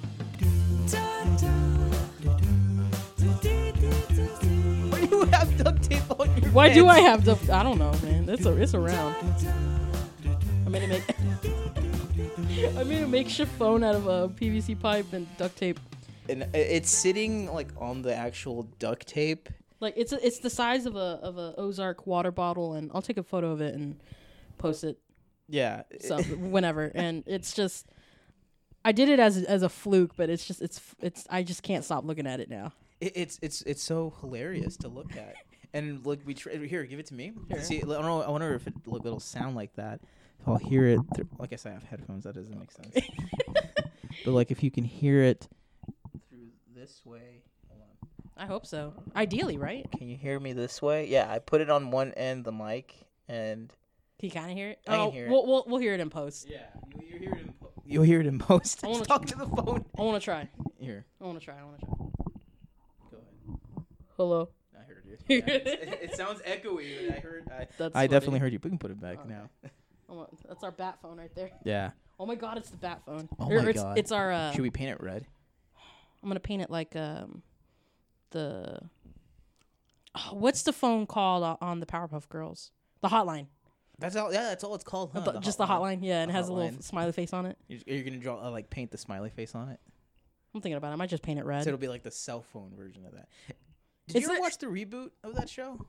tape on your Why do I pants. have the? I don't know, man. It's a it's around. I'm gonna make. I'm gonna make chiffon out of a PVC pipe and duct tape. And i- it's sitting like on the actual duct tape. Like it's a, it's the size of a of a Ozark water bottle, and I'll take a photo of it and post it Yeah. it- some whenever. And it's just, I did it as as a fluke, but it's just it's it's I just can't stop looking at it now. It, it's it's it's so hilarious to look at. And like we tr- here, give it to me. Here. See, I don't know. I wonder if it, like, it'll sound like that. If I'll hear it. Through, like I said, I have headphones. That doesn't make sense. but like if you can hear it through this way. Hold on. I hope so. Ideally, right? Can you hear me this way? Yeah, I put it on one end the mic, and Can you kind of hear it? I can oh, hear it. we'll, we'll we'll hear it in post. yeah, you'll hear it in po- you'll hear it in post. I wanna- Talk to the phone. I want to try. Here, I want to try. I want to try. go ahead. Hello. I heard you. Yeah, it's- it, it sounds echoey. But I heard. I, That's I funny. definitely heard you. We can put it back Okay. now. Oh, that's our bat phone right there. Yeah. Oh my god, it's the bat phone. Oh Or my it's, God. It's our. Uh, Should we paint it red? I'm gonna paint it like um, the. Oh, what's the phone called o- on the Powerpuff Girls? The hotline. That's all. Yeah, that's all it's called. Huh? The- just the hotline. Yeah, and The it has a little Oh, hotline. smiley face on it. You're, you're gonna draw uh, like paint the smiley face on it. I'm thinking about it. I might just paint it red. So it'll be like the cell phone version of that. Did Is you ever it- watch the reboot of that show?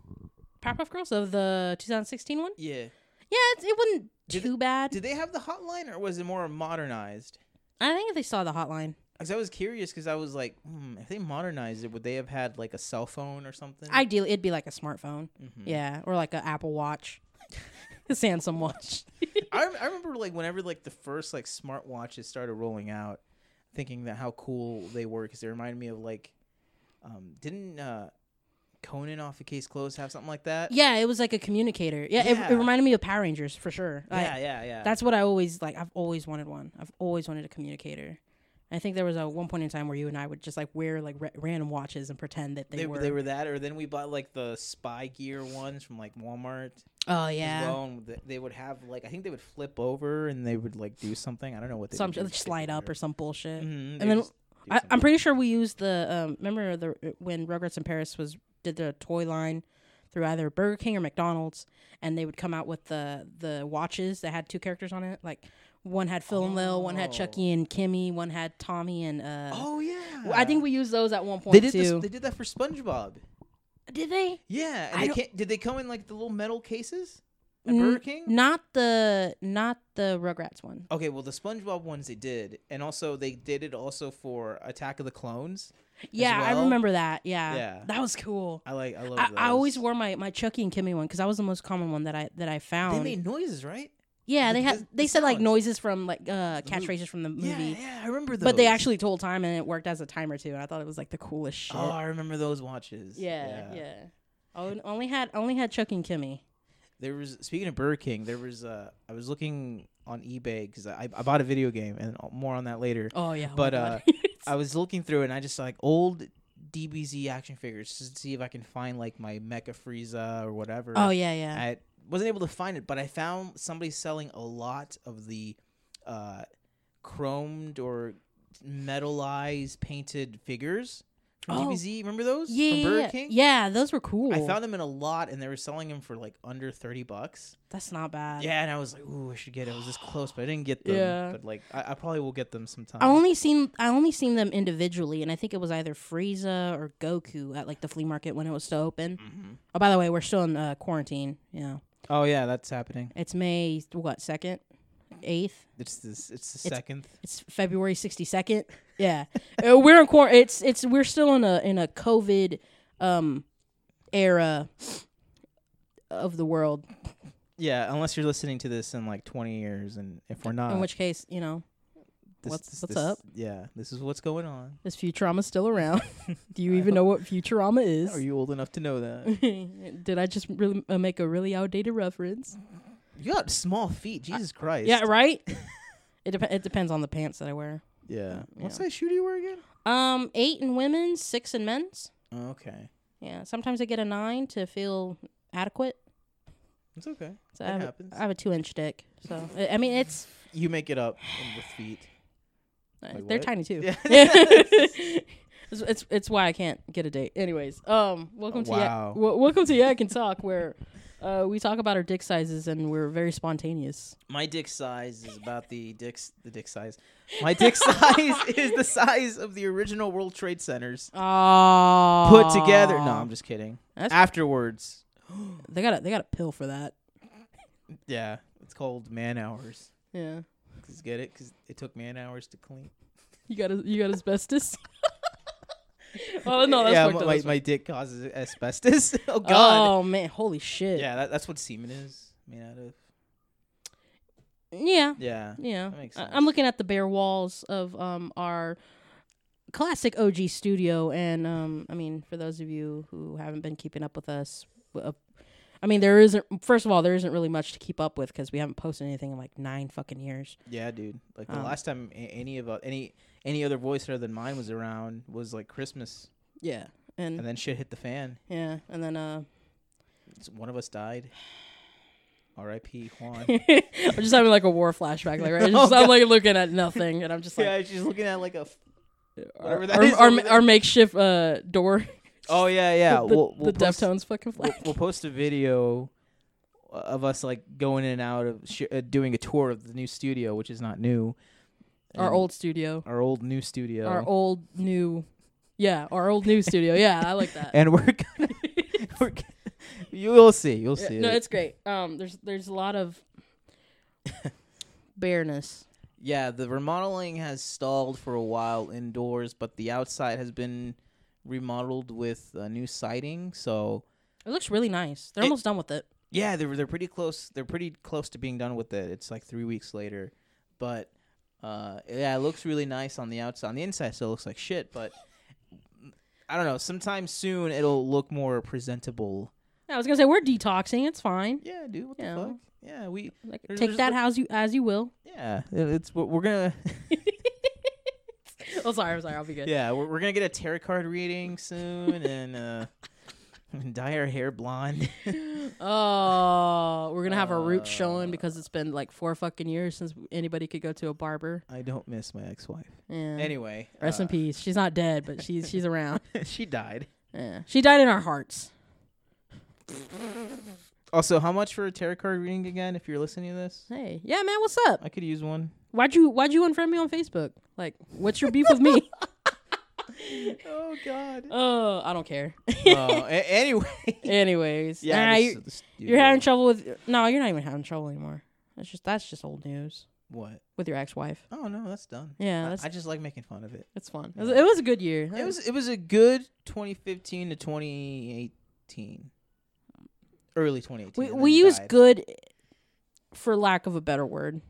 Powerpuff Girls of the 2016 one. Yeah. Yeah, it's, it wasn't Did too bad. Did they have the hotline, or was it more modernized? I think they saw the hotline. Because I was curious, because I was like, hmm, if they modernized it, would they have had like a cell phone or something? Ideally, it'd be like a smartphone. Mhm. Yeah, or like an Apple Watch, a Samsung Watch. I, rem- I remember like whenever like the first like smartwatches started rolling out, thinking that how cool they were because they reminded me of like, um, didn't uh, Conan off the case closed have something like that? Yeah, it was like a communicator. Yeah, It, Yeah. it reminded me of Power Rangers for sure. I- yeah, yeah, yeah. That's what I always like. I've always wanted one. I've always wanted a communicator. I think there was a one point in time where you and I would just like wear like ra- random watches and pretend that they, they, were. they were that, or then we bought like the spy gear ones from like Walmart oh as yeah. well. And th- they would have like I think they would flip over and they would like do something. I don't know what they some would do. just slide up or some bullshit. Mhm, they and would then just do I, I'm something. pretty sure we used the um, remember the when Rugrats in Paris was did their toy line through either Burger King or McDonald's, and they would come out with the the watches that had two characters on it. Like one had Phil and Lil, one had Oh. Chucky and Kimmy, one had Tommy and uh. Oh yeah, I think we used those at one point they did. too. This, they did that for SpongeBob. Did they? Yeah, and I they don't- can't, did they come in like the little metal cases at N- Burger King? Not the not the Rugrats one. Okay, well the SpongeBob ones they did, and also they did it also for Attack of the Clones. Yeah, I well? remember that. Yeah, Yeah. that was cool. I like, I love. I, I always those. wore my my Chucky and Kimmy one because that was the most common one that I that I found. They made noises, right? yeah, the- they the- had they the said like sounds. noises from like uh The movie. catchphrases from the Yeah, movie, yeah, I remember those. but they actually told time and it worked as a timer too. And I thought it was like the coolest shit. Oh, I remember those watches. yeah, yeah. Oh, and only had only had Chucky and Kimmy. There was speaking of Burger King, there was uh, I was looking on eBay because I, I bought a video game, and more on that later. Oh yeah, oh my But, uh, God. I was looking through it and I just saw, like old DBZ action figures just to see if I can find like my Mecha Frieza or whatever. oh yeah, yeah. I wasn't able to find it, but I found somebody selling a lot of the uh, chromed or metalized painted figures from Oh. DBZ. Remember those? yeah, from yeah, Burger yeah. King? yeah, those were cool. I found them in a lot, and they were selling them for like under thirty bucks. That's not bad. Yeah, and I was like, "Ooh, I should get it." I was this close, but I didn't get them. Yeah. But like, I, I probably will get them sometime. I only seen I only seen them individually, and I think it was either Frieza or Goku at like the flea market when it was still open. Mhm. Oh, by the way, we're still in uh, quarantine. Yeah, Oh yeah, that's happening. it's May what second, eighth. It's this. It's the It's- second. It's February sixty second. Yeah, Uh, we're in quar. It's it's we're still in a in a COVID um era of the world. Yeah, unless you're listening to this in like 20 years, and if we're not, in which case, you know, this, what's- this- what's this- up? Yeah, this is what's going on. is Futurama still around? Do you I even know what Futurama is? Are you old enough to know that? Did I just really uh, make a really outdated reference? you got small feet. Jesus Christ. Yeah, right. it dep- it depends on the pants that I wear. Yeah. What Yeah. size shoe do you wear again? Um, eight in women's, six in men's. Oh, okay, Yeah, sometimes I get a nine to feel adequate. it's okay. So That I have, happens. I have a two inch dick. So I I mean, it's You make it up in- with feet. uh, Like they're what? tiny too. Yeah. It's, it's it's why I can't get a date. Anyways, um, welcome to Wow. yeah, w- welcome to yeah, I can talk where, uh, we talk about our dick sizes and we're very spontaneous. My dick size is about the dick's the dick size. My dick size is the size of the original World Trade Centers Ah, put together. No, I'm just kidding. That's- Afterwards, they got a, they got a pill for that. yeah, it's called man hours. Yeah, 'Cause get it? 'Cause it took man hours to clean. you got a, you got asbestos. oh no, that's yeah, fucked my, up. my, That's my dick causes asbestos. oh fucked- God. Oh man, holy shit. Mm. Yeah, that, that's what semen is made out of. Yeah. Yeah. Yeah. That makes I- sense. I'm looking at the bare walls of um our classic OG studio and um I mean for those of you who haven't been keeping up with us w- uh, I mean there isn't first of all there isn't really much to keep up with cuz we haven't posted anything in like 9 fucking years. Yeah, dude. Like the Um, last time a- any of uh, any any other voice other than mine was around was like Christmas, Yeah. And, and then shit hit the fan. yeah, and then uh It's- one of us died. R.I.P. Juan. I'm just having like a war flashback like right it's Oh, just, I'm God. like looking at nothing and I'm just like yeah, she's looking at like a. F- our, whatever that Uh, our, is our, over ma- there. our makeshift uh door oh yeah, yeah. the, we'll we'll the post, Deftones fucking flag. we'll, we'll post a video of us like going in and out of sh- uh, doing a tour of the new studio, which is not new. our And old studio. our old new studio. Our old new, yeah, our old new studio. Yeah, I like that. and we're gonna, we're gonna you'll see, you'll Yeah, see. no, it. it's great. Um, there's there's a lot of bareness. Yeah, the remodeling has stalled for a while indoors, but the outside has been remodeled with uh, new siding. So It looks really nice. They're It- almost done with it. yeah, they're they're pretty close. They're pretty close to being done with it. It's like three weeks later, but uh, yeah, it looks really nice on the outside. On the inside, still looks like shit, but. I don't know. Sometime soon it'll look more presentable. I was gonna say we're detoxing. It's fine. Yeah, dude. What the Yeah. fuck? Yeah, we. Like, There's- take there's that the- house you as you will. Yeah, it's we're we're gonna. Oh, sorry, I'm sorry. I'll be good. Yeah, we're, we're gonna get a tarot card reading soon and uh, dye our hair blonde. Oh, we're gonna have our roots showing Uh, because it's been like four fucking years since anybody could go to a barber. I don't miss my ex-wife. Yeah. Anyway, Rest in uh, peace. She's not dead, but she's she's around. she died. Yeah. She died in our hearts. Also, how much for a tarot card reading again? If you're listening to this, Hey, yeah, man, what's up? I could use one. Why'd you Why'd you unfriend me on Facebook? Like, what's your beef with me? Oh God. Oh, I don't care. Oh, a- anyway. Anyways, Yeah, yeah, this- you're, this- you're having trouble with. No, you're not even having trouble anymore. That's just that's just old news what? with your ex-wife. Oh no, that's done. Yeah, I- that's I, just like making fun of it. that's fun. It was, it was a good year. It was it was a good 2015 to 2018, early 2018. We and then we it use died. good, for lack of a better word.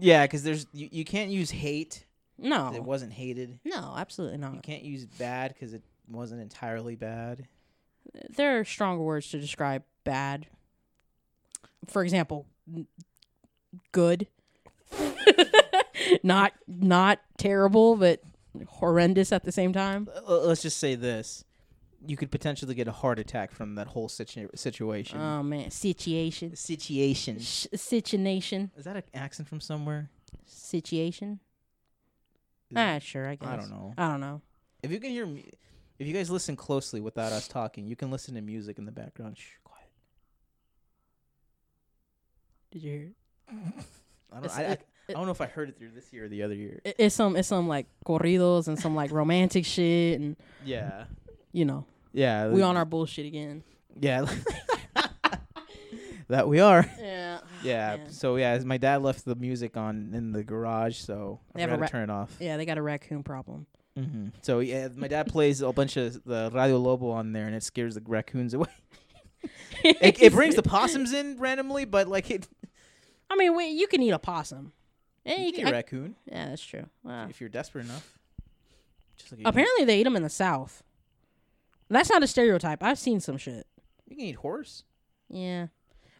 Yeah, because there's you, you can't use hate. 'cause It no, wasn't hated. no, absolutely You not. can't use bad because it wasn't entirely bad. There are stronger words to describe bad. For example, n- good. not not terrible, but horrendous at the same time. L- l- Uh, Let's just say this: you could potentially get a heart attack from that whole situ- situation. Oh man, situation, Um, situation. Sh- situation, Is that an accent from somewhere? situation. Is Ah, sure, I guess. I don't know. I don't know. If you can hear, mu- if you guys listen closely without us talking, you can listen to music in the background. Shh, quiet. Did you hear? I don't. It's- I, I, it- I don't know if I heard it through this year or the other year. It? It's some it's some like corridos and some like romantic shit, and Yeah. you know Yeah. we on our bullshit again. Yeah. that we are. Yeah. Yeah. Ah, Man. So yeah, my dad left the music on in the garage, so They I have a forgot ra- to turn it off. Yeah, they got a raccoon problem. hmm So yeah, my dad plays a bunch of the Radio Lobo on there, and it scares the raccoons away. it, it brings the possums in randomly, but like it, I mean, wait, you can eat a possum. Yeah, you can Oh. you can, eat a I- raccoon yeah that's true. Wow. if you're desperate enough. Just like you, can, Apparently, they eat them in the South. That's not a stereotype. I've seen some shit. you can eat horse. Yeah,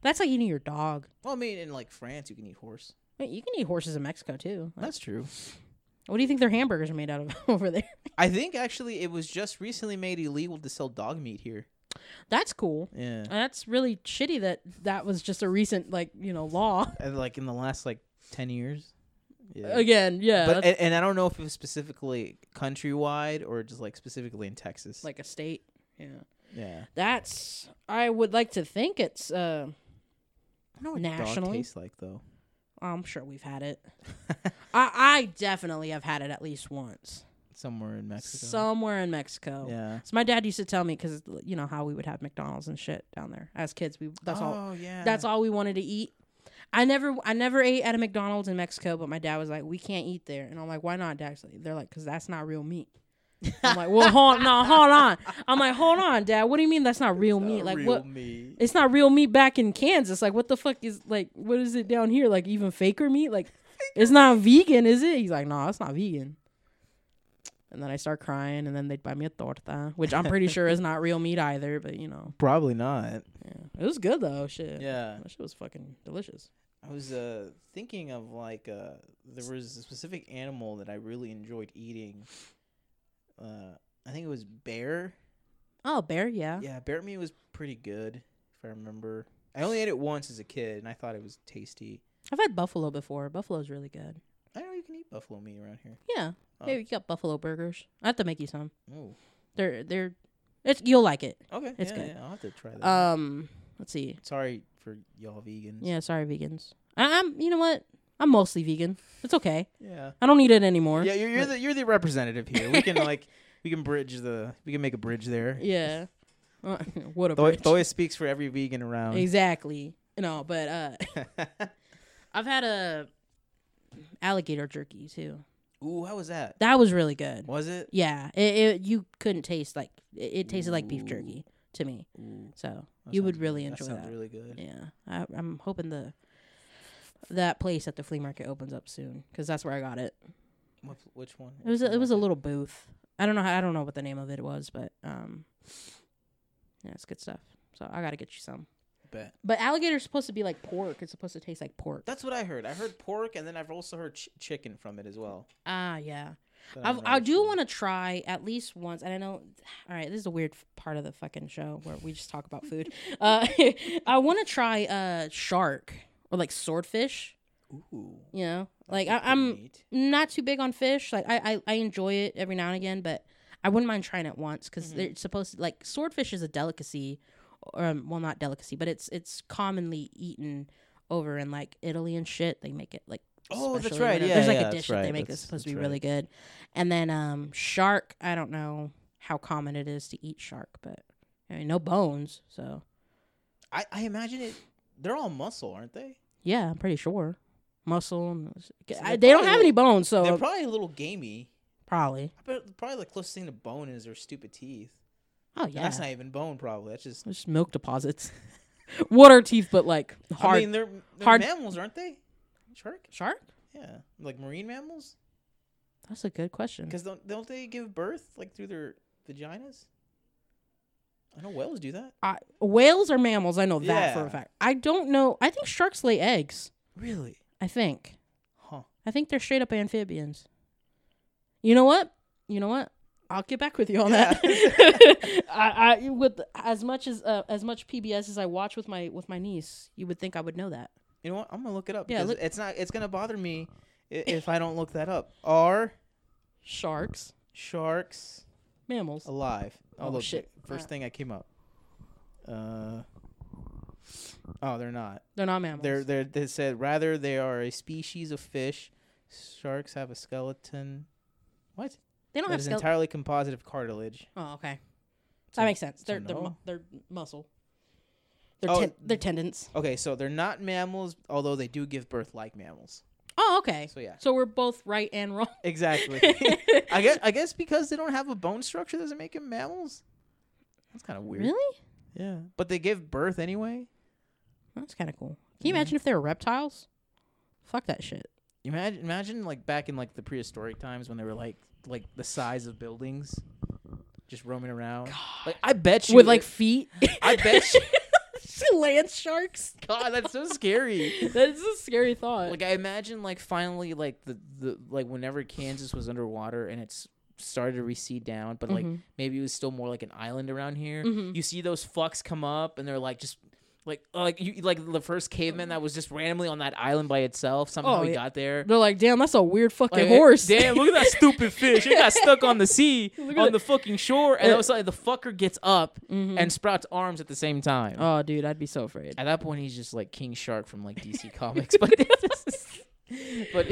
that's like eating your dog. Well, I mean, in like France, you can eat horse. Wait, you can eat horses in Mexico too. Like, That's true. What do you think their hamburgers are made out of over there? I think actually it was just recently made illegal to sell dog meat here. That's cool. Yeah, That's really Oh. shitty that that was just a recent like you know law. and like in the last like ten years. Yeah. Again, yeah, but that's and, and I don't know if it was specifically countrywide or just like specifically in Texas. like a state. Yeah, yeah, that's. I would like to think it's. Uh, I know what what dog dog nationally. tastes like though. I'm sure we've had it. I, I definitely have had it at least once Somewhere in Mexico. somewhere in Mexico. yeah. So my dad used to tell me because you know how we would have McDonald's and shit down there as kids. We that's all Oh yeah. that's all we wanted to eat. I never I never ate at a McDonald's in Mexico, but my dad was like, "We can't eat there," and I'm like, "Why not, Dad?" They're like, "Cause that's not real meat." I'm like, "Well, hold no, hold on." I'm like, "Hold on, Dad. What do you mean that's not real meat? Like real what? meat. It's not real meat back in Kansas. Like what the fuck is like what is it down here? Like even faker meat? Like it's not vegan, is it?" He's like, "No, it's not vegan." And then I start crying, and then they'd buy me a torta, which I'm pretty sure is not real meat either. But you know, Probably not. yeah. it was good though. Shit, Yeah. that shit was fucking delicious. I was uh, thinking of like uh, there was a specific animal that I really enjoyed eating. Uh, I think it was bear. Oh, bear, yeah. Yeah, bear meat was pretty good if I remember. I only ate it once as a kid, and I thought it was tasty. I've had buffalo before. Buffalo's really good. I don't know you can eat buffalo meat around here. Yeah. Oh. Maybe you got buffalo burgers. I have to make you some. Oh, They're they're it's you'll like it. okay, It's yeah, good. yeah, I'll have to try that. Um let's see. Sorry for y'all vegans. Yeah, sorry vegans. I, I'm you know what? I'm mostly vegan. It's okay. yeah, I don't eat it anymore. yeah. You're, you're But- the you're the representative here. We can like we can bridge the we can make a bridge there. Yeah. Uh, what a Thoy, bitch. Thoy speaks for every vegan around. Exactly. No, but uh I've had a alligator jerky too. Ooh, how was that? That was really good. Was it? Yeah. It, it you couldn't taste like it, it tasted like beef Ooh. jerky to me. Ooh, So that you would sounds- really that enjoy sounds that. really good. Yeah, I, I'm hoping the that place at the flea market opens up soon because that's where I got it. What, which one? It was a, it was a Okay. little booth. I don't know how, I don't know what the name of it was, but um, yeah, it's good stuff. So I gotta get you some. bet. But alligator's supposed to be like pork. It's supposed to taste like pork. That's what I heard. I heard pork, and then I've also heard ch- chicken from it as well. Ah, yeah. But I I've, don't know I which do one. want to try at least once, and I know. All right, this is a weird f- part of the fucking show where we just talk about food. Uh, I want to try uh shark or like swordfish. Ooh, You know, that'd like be I, pretty I'm neat. not too big on fish. Like I, I, I enjoy it every now and again, but I wouldn't mind trying it once because Mhm. they're supposed to like swordfish is a delicacy, or um, well, not delicacy, but it's it's commonly eaten over in like Italy and shit. They make it like Oh, that's specially, right. whatever. Yeah, there's like yeah, a that's dish that they right. make that's, That's- supposed to be that's really right. good, and then um shark. I don't know how common it is to eat shark, but I mean no bones, so I, I imagine it. They're all muscle, aren't they? yeah, I'm pretty sure muscle. And, So I, they're they don't probably have any bones, they're so probably a little gamey. probably. I bet probably the closest thing to bone is their stupid teeth. Oh And yeah, that's not even bone, probably. That's just. It's just milk deposits. Water teeth, but like hard I mean, they're, they're hard- mammals, aren't they? Shark? shark. Yeah, like marine mammals. That's a good question. Because don't don't they give birth like through their vaginas? I know whales do that. I, whales are mammals. I know that for a Yeah. fact. I don't know. I think sharks lay eggs. Really? I think. Huh. I think they're straight up amphibians. You know what? You know what? I'll get back with you on Yeah. that. I, I with as much as uh, as much PBS as I watch with my with my niece, you would think I would know that. You know what? I'm gonna look it up. Yeah, because look- it's not. It's gonna bother me i- if I don't look that up. Are Sharks, sharks mammals. alive? Oh, look, shit. First Uh. thing I came up. Uh. Oh, they're not. They're not mammals. They're they're they said rather they are a species of fish. Sharks have a skeleton they don't that have is skele- entirely composite of cartilage. Oh, okay. So- That makes sense. They're so they're, mu- no. they're muscle. They're Oh. ten- they're tendons. Okay, so they're not mammals, although they do give birth like mammals. Oh, okay. So yeah, So we're both right and wrong. exactly. I guess I guess because they don't have a bone structure, doesn't make them mammals. That's kind of weird. really? Yeah, but they give birth anyway. That's kind of cool. Can you Yeah. imagine if they were reptiles? Fuck that shit. Imagine, imagine like back in like the prehistoric times when they were like like the size of buildings, just roaming around. Like I bet you With like feet. I bet you. Lance sharks. God, that's so scary. That's a scary thought. Like I imagine like finally like the the like whenever Kansas was underwater and it's started to recede down, but like Mhm. maybe it was still more like an island around here. Mhm. You see those fucks come up and they're like just Like like you like the first caveman that was just randomly on that island by itself. Somehow Oh, he yeah. got there. They're like, damn, that's a weird Like, fucking horse. Damn, look at that stupid fish. It got stuck on the sea, Look at Uh, on it. the fucking shore, and Yeah. all of a sudden the fucker gets up and sprouts arms at the same time. oh, dude, I'd be so afraid. At that point, he's just like King Shark from like DC Comics, but but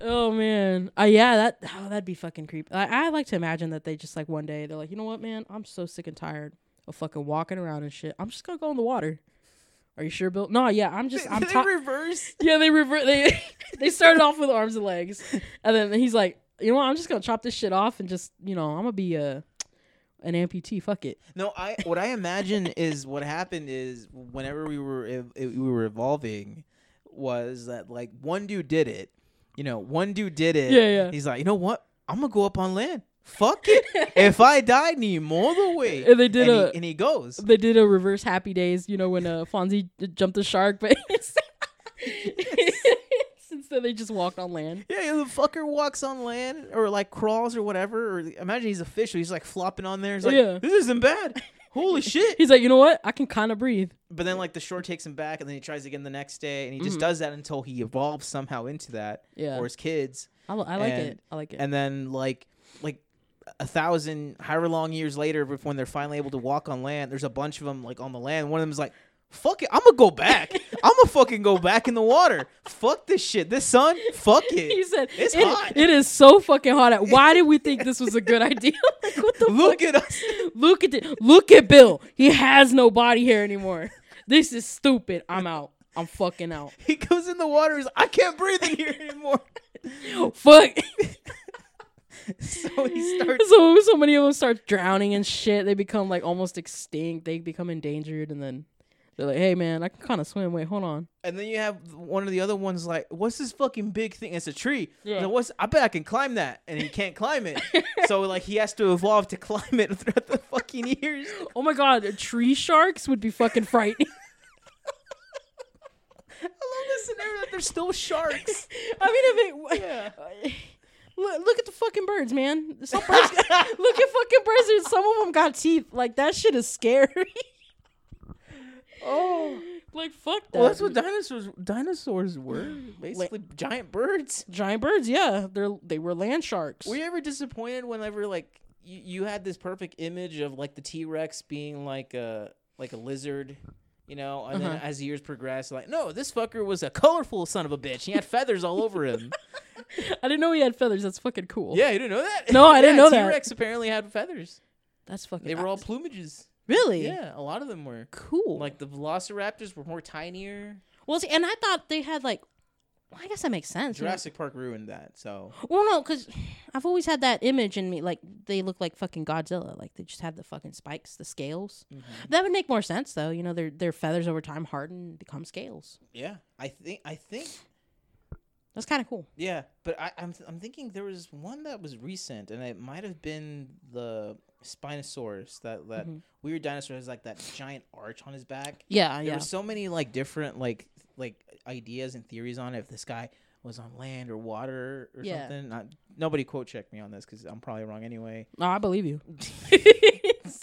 Oh man, uh, yeah, that oh, that'd be fucking creepy. I, I like to imagine that they just like one day they're like, you know what, man, I'm so sick and tired of fucking walking around and shit. I'm just gonna go in the water. Are you sure, Bill? No, yeah, I'm just I'm they tired. reverse. yeah, they revert. They they started off with arms and legs, and then he's like, you know what, I'm just gonna chop this shit off and just you know I'm gonna be a an amputee. Fuck it. No, I what I imagine is what happened is whenever we were ev- eh, we were evolving was that like one dude did it, you know, one dude did it. Yeah, yeah. He's like, you know what? I'm gonna go up on land. Fuck it. if I die, Nemo the way. And they did and a- he, and he goes. They did a reverse Happy Days, you know, when uh, Fonzie j- jumped the shark, but instead they just walked on land. Yeah, the fucker walks on land or like crawls or whatever. Or imagine he's a fish. So he's like flopping on there. He's like, Yeah. this isn't bad. Holy shit. He's like, you know what? I can kind of breathe. But then like the shore takes him back, and then he tries again the next day, and he just does that until he evolves somehow into that, Mm-hmm. Yeah. or his kids, I, li- I like And- it. I like it. and then like like a thousand, however long years later, with- when they're finally able to walk on land, there's a bunch of them like on the land. One of them's like, "Fuck it, I'm gonna go back. I'm gonna fucking go back in the water. Fuck this shit. This sun. Fuck it. he said, it's "It- hot. It is so fucking hot. out. Why did we think this was a good idea? like, what the Look fuck? at us. Look at the- Look at Bill. He has no body hair anymore. This is stupid. I'm out. I'm fucking out. He goes in the water. He's like, I can't breathe in here anymore. Fuck. so he starts. so so many of them start drowning and shit. They become like almost extinct. They become endangered, and then they're like, "Hey man, I can kind of swim. Wait, hold on. And then you have one of the other ones like, what's this fucking big thing? It's a tree. Yeah. Like, what's, I bet I can climb that. And he can't climb it. so like he has to evolve to climb it throughout the fucking years. Oh my god, tree sharks would be fucking frightening." I love this scenario that there's still sharks. I mean, if it, Yeah. Look, look at the fucking birds, man. Some birds, look at fucking birds. dude. Some of them got teeth. Like that shit is scary. Oh. like fuck that. Well, that's what dinosaurs dinosaurs were basically giant birds. giant birds. Yeah, they're they were land sharks. Were you ever disappointed whenever like you, you had this perfect image of like the T Rex being like a like a lizard, you know, and then Uh-huh. as years progressed, like no, this fucker was a colorful son of a bitch. He had feathers all over him. I didn't know he had feathers. That's fucking cool. Yeah, you didn't know that? No, I didn't know T that. Rex apparently had feathers. that's fucking. They were all plumages. really Yeah, a lot of them were. cool. Like the Velociraptors were more tinier. Well, see, and I thought they had like. Well, I guess that makes sense. you know? Jurassic Park ruined that. So Well, no, because I've always had that image in me. Like they look like fucking Godzilla. Like they just had the fucking spikes, the scales. Mm-hmm. That would make more sense, though. You know, their their feathers over time harden and become scales. yeah, I think I think That's kind of cool. Yeah, but I, I'm th- I'm thinking there was one that was recent, and it might have been the Spinosaurus, that that Mm-hmm. weird dinosaur has like that giant arch on his back. Yeah, There yeah. were so many like different like like ideas and theories on it, if this guy was on land or water or Yeah. something. Not, nobody quote checked me on this because I'm probably wrong anyway. No, I believe you.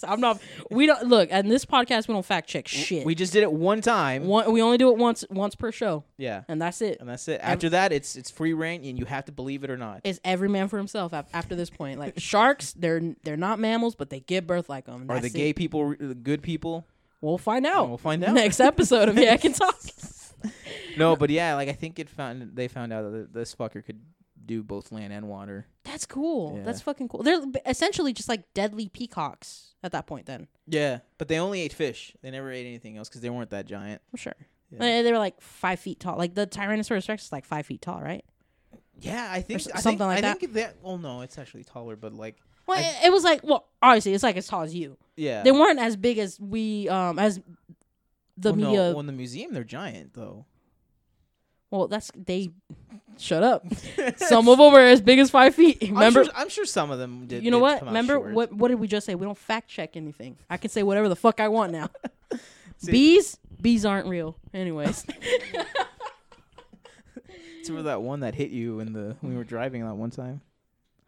I'm not. We don't look. And this podcast, we don't fact check shit. We just did it one time. One, we only do it once once per show, Yeah, and that's it. and that's it. After that, it's it's free reign, and you have to believe it or not. It's every man for himself af- after this point. Like sharks, they're they're not mammals, but they give birth like them. Are the gay people re- the good people? We'll find out. We'll find out. next episode of Yeah, I can talk. No, but yeah, like I think it found they found out that this fucker could do both land and water. That's cool. Yeah. That's fucking cool. They're b- essentially just like deadly peacocks at that point. Then Yeah, but they only ate fish. They never ate anything else because they weren't that giant. I'm sure. Yeah. Uh, They were like five feet tall. Like the Tyrannosaurus Rex is like five feet tall, right? Yeah, I think s- I something think, like I that. Think that. Well, no, it's actually taller, but like Well, I- it- it was like well, obviously it's like as tall as you. yeah, They weren't as big as we um as the well, media. No, well, in the museum, they're giant though. well, that's they. Shut up. Some of them are as big as five feet. Remember, I'm sure, I'm sure some of them did. you know did what? come out Remember short. what? What did we just say? We don't fact check anything. I can say whatever the fuck I want now. See- bees, bees aren't real. Anyways, It's for that one that hit you in the when we were driving that one time.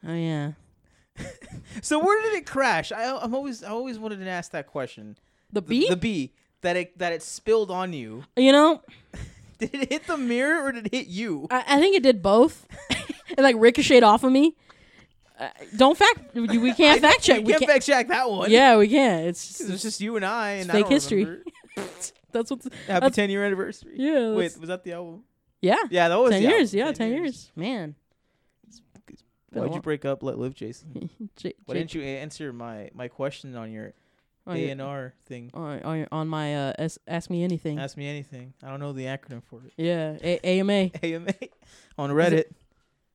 oh yeah, So where did it crash? I, I'm always I always wanted to ask that question. the bee. The bee. that it that it spilled on you. You know, Did it hit the mirror or did it hit you? I, I think it did both. it like ricocheted off of me. Uh, don't fact. We can't fact check. We can't fact check that one. Yeah, we can't. It's It was just, just you and I. And It's I don't fake history. remember. that's what. Happy That's- ten year anniversary. Yeah. Wait, that's- was that the album? Yeah. Yeah, that was ten the years. album. Yeah, ten, years. Man. been a Why'd you while. break up? Let live, Jason. J- Why J- didn't you answer my my question on your on your- ANR thing? on, on, your- on my uh, ask, ask me anything. Ask me anything. I don't know the acronym for it. yeah, A- AMA. AMA on Reddit.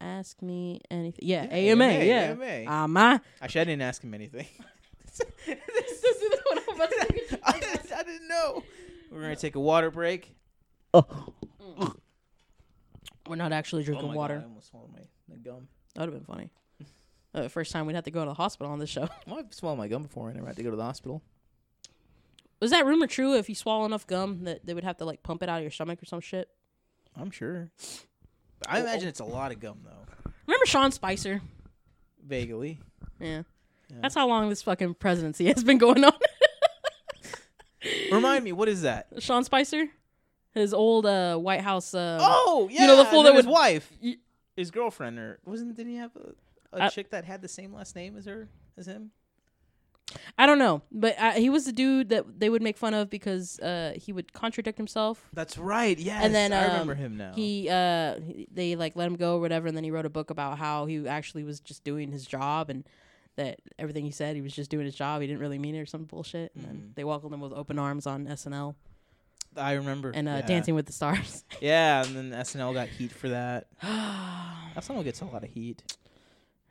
Ask me anything. Yeah, AMA, Yeah. AMA. Ah, my. Actually, I didn't ask him anything. I, I didn't, I didn't know. We're gonna take a water break. We're not actually drinking Oh my water. God, I almost swallowed my, my gum. That would have been funny. Uh, first time we'd have to go to the hospital on this show. Well, I've swallowed my gum before. I never had to go to the hospital. Was that rumor true? If you swallow enough gum, that they would have to like pump it out of your stomach or some shit. I'm sure. Oh, I imagine it's a lot of gum though. Remember Sean Spicer? Vaguely. Yeah. Yeah. That's how long this fucking presidency has been going on. Remind me, what is that? Sean Spicer, his old uh, White House. Um, Oh, yeah. you know, the fool and then that his would- wife, Y- his girlfriend, or wasn't? Didn't he have a, a I- chick that had the same last name as her as him? I don't know, but uh he was the dude that they would make fun of because uh, he would contradict himself. That's right. Yes, And then, I remember um, him now. He, uh, he- they like let him go or whatever, and then he wrote a book about how he actually was just doing his job and that everything he said he was just doing his job. He didn't really mean it or some bullshit. And then they welcomed him with open arms on SNL I remember. and uh, yeah. Dancing with the Stars. Yeah, and then SNL got heat for that. I SNL gets a lot of heat.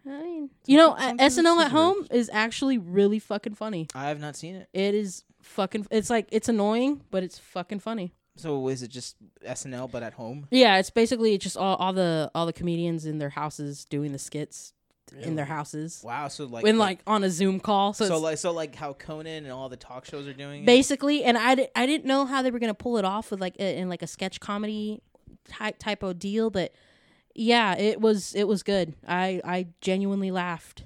mean, you know, uh, sometimes SNL it's at home is actually really fucking funny. I have not seen it. It is fucking. It's like it's annoying, but it's fucking funny. So is it just SNL but at home? Yeah, it's basically just all, all the all the comedians in their houses doing the skits in their houses Wow. So like and like on a Zoom call. So, so it's like so like how Conan and all the talk shows are doing. it? basically, and I, di- I didn't know how they were gonna pull it off with like a, in like a sketch comedy type type of deal, but yeah, it was it was good. I I genuinely laughed.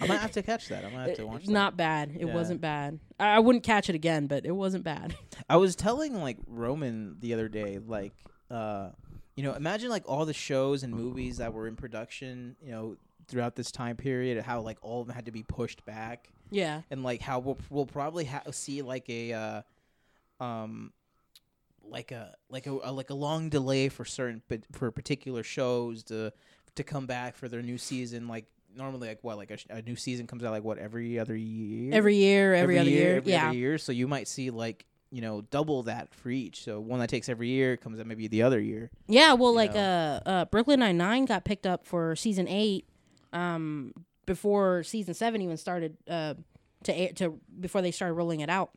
I might have to catch that. I might have to watch. It's not bad. It Yeah. wasn't bad. I, I wouldn't catch it again, but it wasn't bad. that. I was telling like Roman the other day, like, uh, you know, imagine like all the shows and movies that were in production, you know, throughout this time period, how like all of them had to be pushed back. yeah. and like how we'll we'll probably ha- see like a uh, um like a like a, a like a long delay for certain but for particular shows to to come back for their new season like normally like what like a, sh- a new season comes out like what every other year Every year, every, other year. every yeah. other year so you might see like you know double that for each so one that takes every year comes out maybe the other year Yeah, well, you like know? uh, uh, Brooklyn Nine Nine got picked up for season eight, um, before season seven even started, uh, to air, to before they started rolling it out,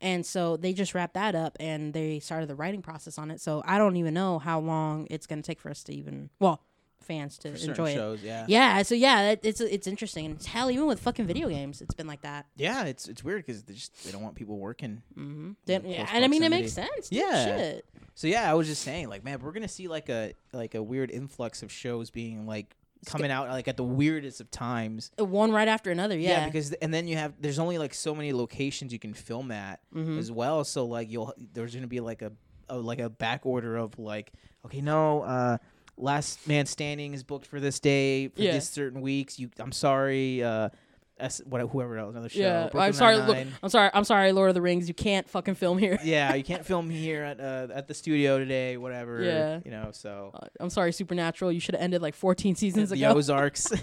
and so they just wrapped that up and they started the writing process on it. So I don't even know how long it's gonna take for us to even well fans to for certain enjoy it. shows yeah. yeah Yeah, so yeah, it, it's it's interesting. And hell, even with fucking video games, it's been like that. it's it's weird because they just they don't want people working Mm-hmm. In yeah, close and I mean, it proximity. makes sense. dude. Yeah. Shit. So yeah, I was just saying, like, man, we're gonna see like a like a weird influx of shows being like coming out like at the weirdest of times. One right after another. Yeah. because and then you have there's only like so many locations you can film at Mhm. as well. So like you'll there's gonna be like a, a like a back order of like okay no uh Last Man Standing is booked for this day for Yeah. this certain weeks. You I'm sorry uh S, what whoever else another show. Yeah, Brooklyn I'm sorry. Lo- Nine-Nine. I'm sorry. I'm sorry, Lord of the Rings. You can't fucking film here. yeah, you can't film here at uh, at the studio today. Whatever. Yeah. You know so. Uh, I'm sorry, Supernatural. You should have ended like 14 seasons the ago. Ozarks. I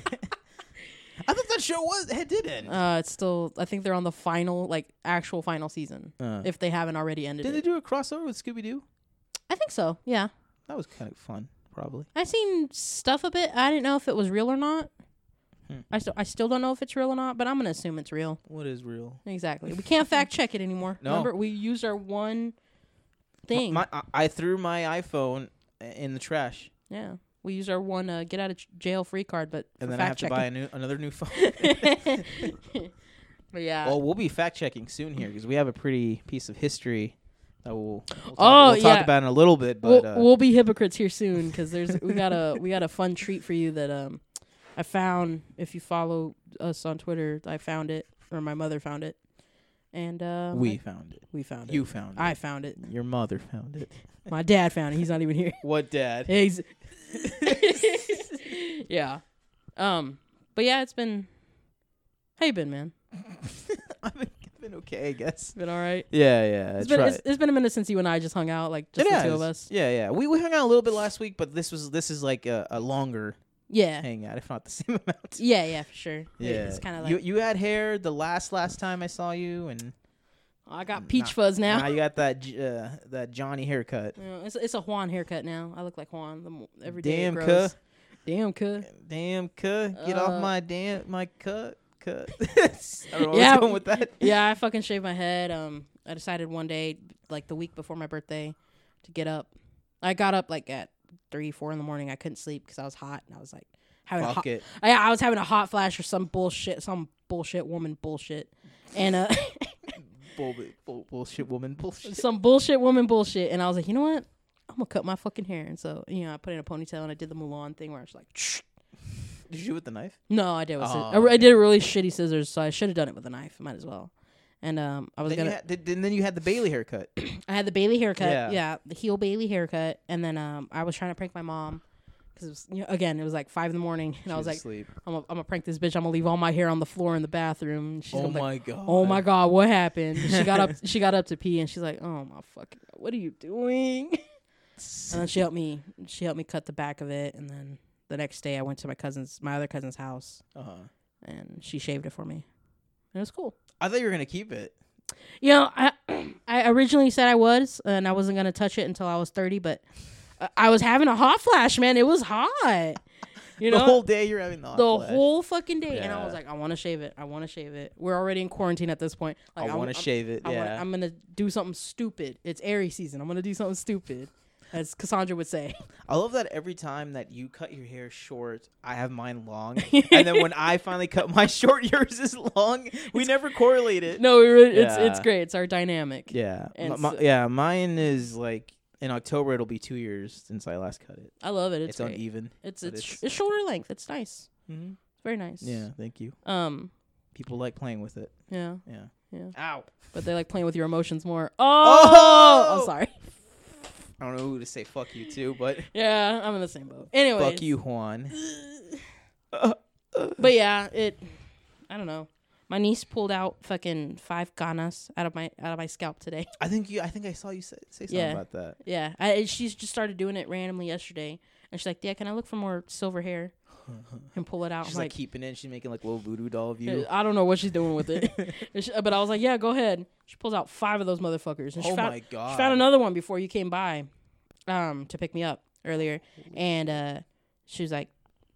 thought that show was it did end. Uh, it's still. I think they're on the final, like actual final season, Uh, if they haven't already ended. did they It. do a crossover with Scooby Doo? I think so. Yeah, That was kind of fun, probably. I've seen stuff of it. I didn't know if it was real or not. Hmm. I still, I still don't know if it's real or not, but I'm gonna assume it's real. What is real? Exactly. We can't fact check it anymore. No. Remember, we used our one thing. My, I, I threw my iPhone in the trash, yeah, we used our one uh, get out of j- jail free card, but and for then I have fact to buy checking. a new, another new phone. But yeah. well, we'll be fact checking soon here because we have a pretty piece of history that we'll, we'll, talk, Oh, we'll talk yeah. about in a little bit. we'll, But uh, we'll be hypocrites here soon because there's we got a we got a fun treat for you that um I found if you follow us on Twitter I found it or my mother found it and uh, we found it. we found it. You found it. I found it. Your mother found it. My dad found it. He's not even here. What dad? He's yeah. Um. But yeah, it's been. How you been, man? I've been, I've been okay, I guess. Been all right. Yeah, yeah. It's That's been right. it's, it's been a minute since you and I just hung out, like just It the two of has. us. Yeah, yeah. We we hung out a little bit last week, but this was this is like a, a longer Yeah. hangout, if not the same amount. Yeah, yeah, for sure. Yeah, Yeah, it's kind of like you you had hair the last last time I saw you, and "Oh, I got peach Nah. fuzz now. now you got that J- uh, that Johnny haircut. You know, it's it's a Juan haircut now. I look like Juan the mo- every day. Damn, it cuh. grows. Damn, cuh. Damn, cut! Get Uh, off my damn my cut cut. I don't know where I Yeah. was going with that. Yeah, I fucking shaved my head. Um, I decided one day, like the week before my birthday, to get up. I got up like at three, four in the morning. I couldn't sleep because I was hot, and I was like having a Fuck hot. it. I, I was having a hot flash or some bullshit, some bullshit woman bullshit, and uh, Bull, bull, bullshit woman. Bullshit. some bullshit woman bullshit. And I was like, you know what? I'm gonna cut my fucking hair. And so you know, I put in a ponytail and I did the Mulan thing where I was like. Did you do it with the knife? No, I did. With sci- Oh, I, re- I did it really shitty scissors, so I should have done it with a knife. Might as well. And um, I was Then gonna. you had, did, and then you had the Bailey haircut. I had the Bailey haircut. Yeah. Yeah. the heel Bailey haircut. And then um, I was trying to prank my mom because it was you know, again it was like five in the morning, and I was like, asleep. I'm gonna, I'm gonna prank this bitch. I'm gonna leave all my hair on the floor in the bathroom. And she's oh gonna be like, my god. Oh my god, what happened? And she got up. She got up to pee, and she's like, "Oh my fucking, God, what are you doing?" And then she helped me. She helped me cut the back of it, and then the next day I went to my cousin's, my other cousin's house, Uh-huh. and she shaved it for me. And it was cool. I thought you were gonna keep it. You know, I I originally said I was, and I wasn't gonna touch it until I was thirty, but I- I was having a hot flash, man. It was hot. You know, the whole day you're having the hot flash. whole fucking day, and I Yeah. was like, I want to shave it. I want to shave it. We're already in quarantine at this point. Like, I I'm- want to I'm- shave it. I yeah. wanna, I'm gonna do something stupid. It's airy season. I'm gonna do something stupid, as Cassandra would say. I love that every time that you cut your hair short, I have mine long, and then when I finally cut my short, yours is long. We never correlate it. no, we really, it's it's Yeah. great. It's our dynamic. Yeah, And M- my- so- yeah. Mine is like in October. It'll be two years since I last cut it. I love it. It's It's, great. uneven. It's but it's, it's- sh- it's shoulder length. It's nice. Mm-hmm. It's very nice. Yeah, thank you. Um. People like playing with it. Yeah. Yeah. Yeah. Ow! But they like playing with your emotions more. Oh! Oh, I'm sorry. I don't know who to say fuck you to, but Yeah, I'm in the same boat. Anyway. fuck you, Juan. But yeah, it. I don't know. My niece pulled out fucking five ganas out of my out of my scalp today. I think you. I think I saw you say, say something Yeah. about that. Yeah, I, she's just started doing it randomly yesterday, and she's like, "Yeah, can I look for more silver hair and pull it out?" She's I'm like, like, keeping it. She's making like little voodoo doll of you. I don't know what she's doing with it, And she- but I was like, "Yeah, go ahead." She pulls out five of those motherfuckers, and she oh found, my god! She found another one before you came by um, to pick me up earlier. And uh, she was like,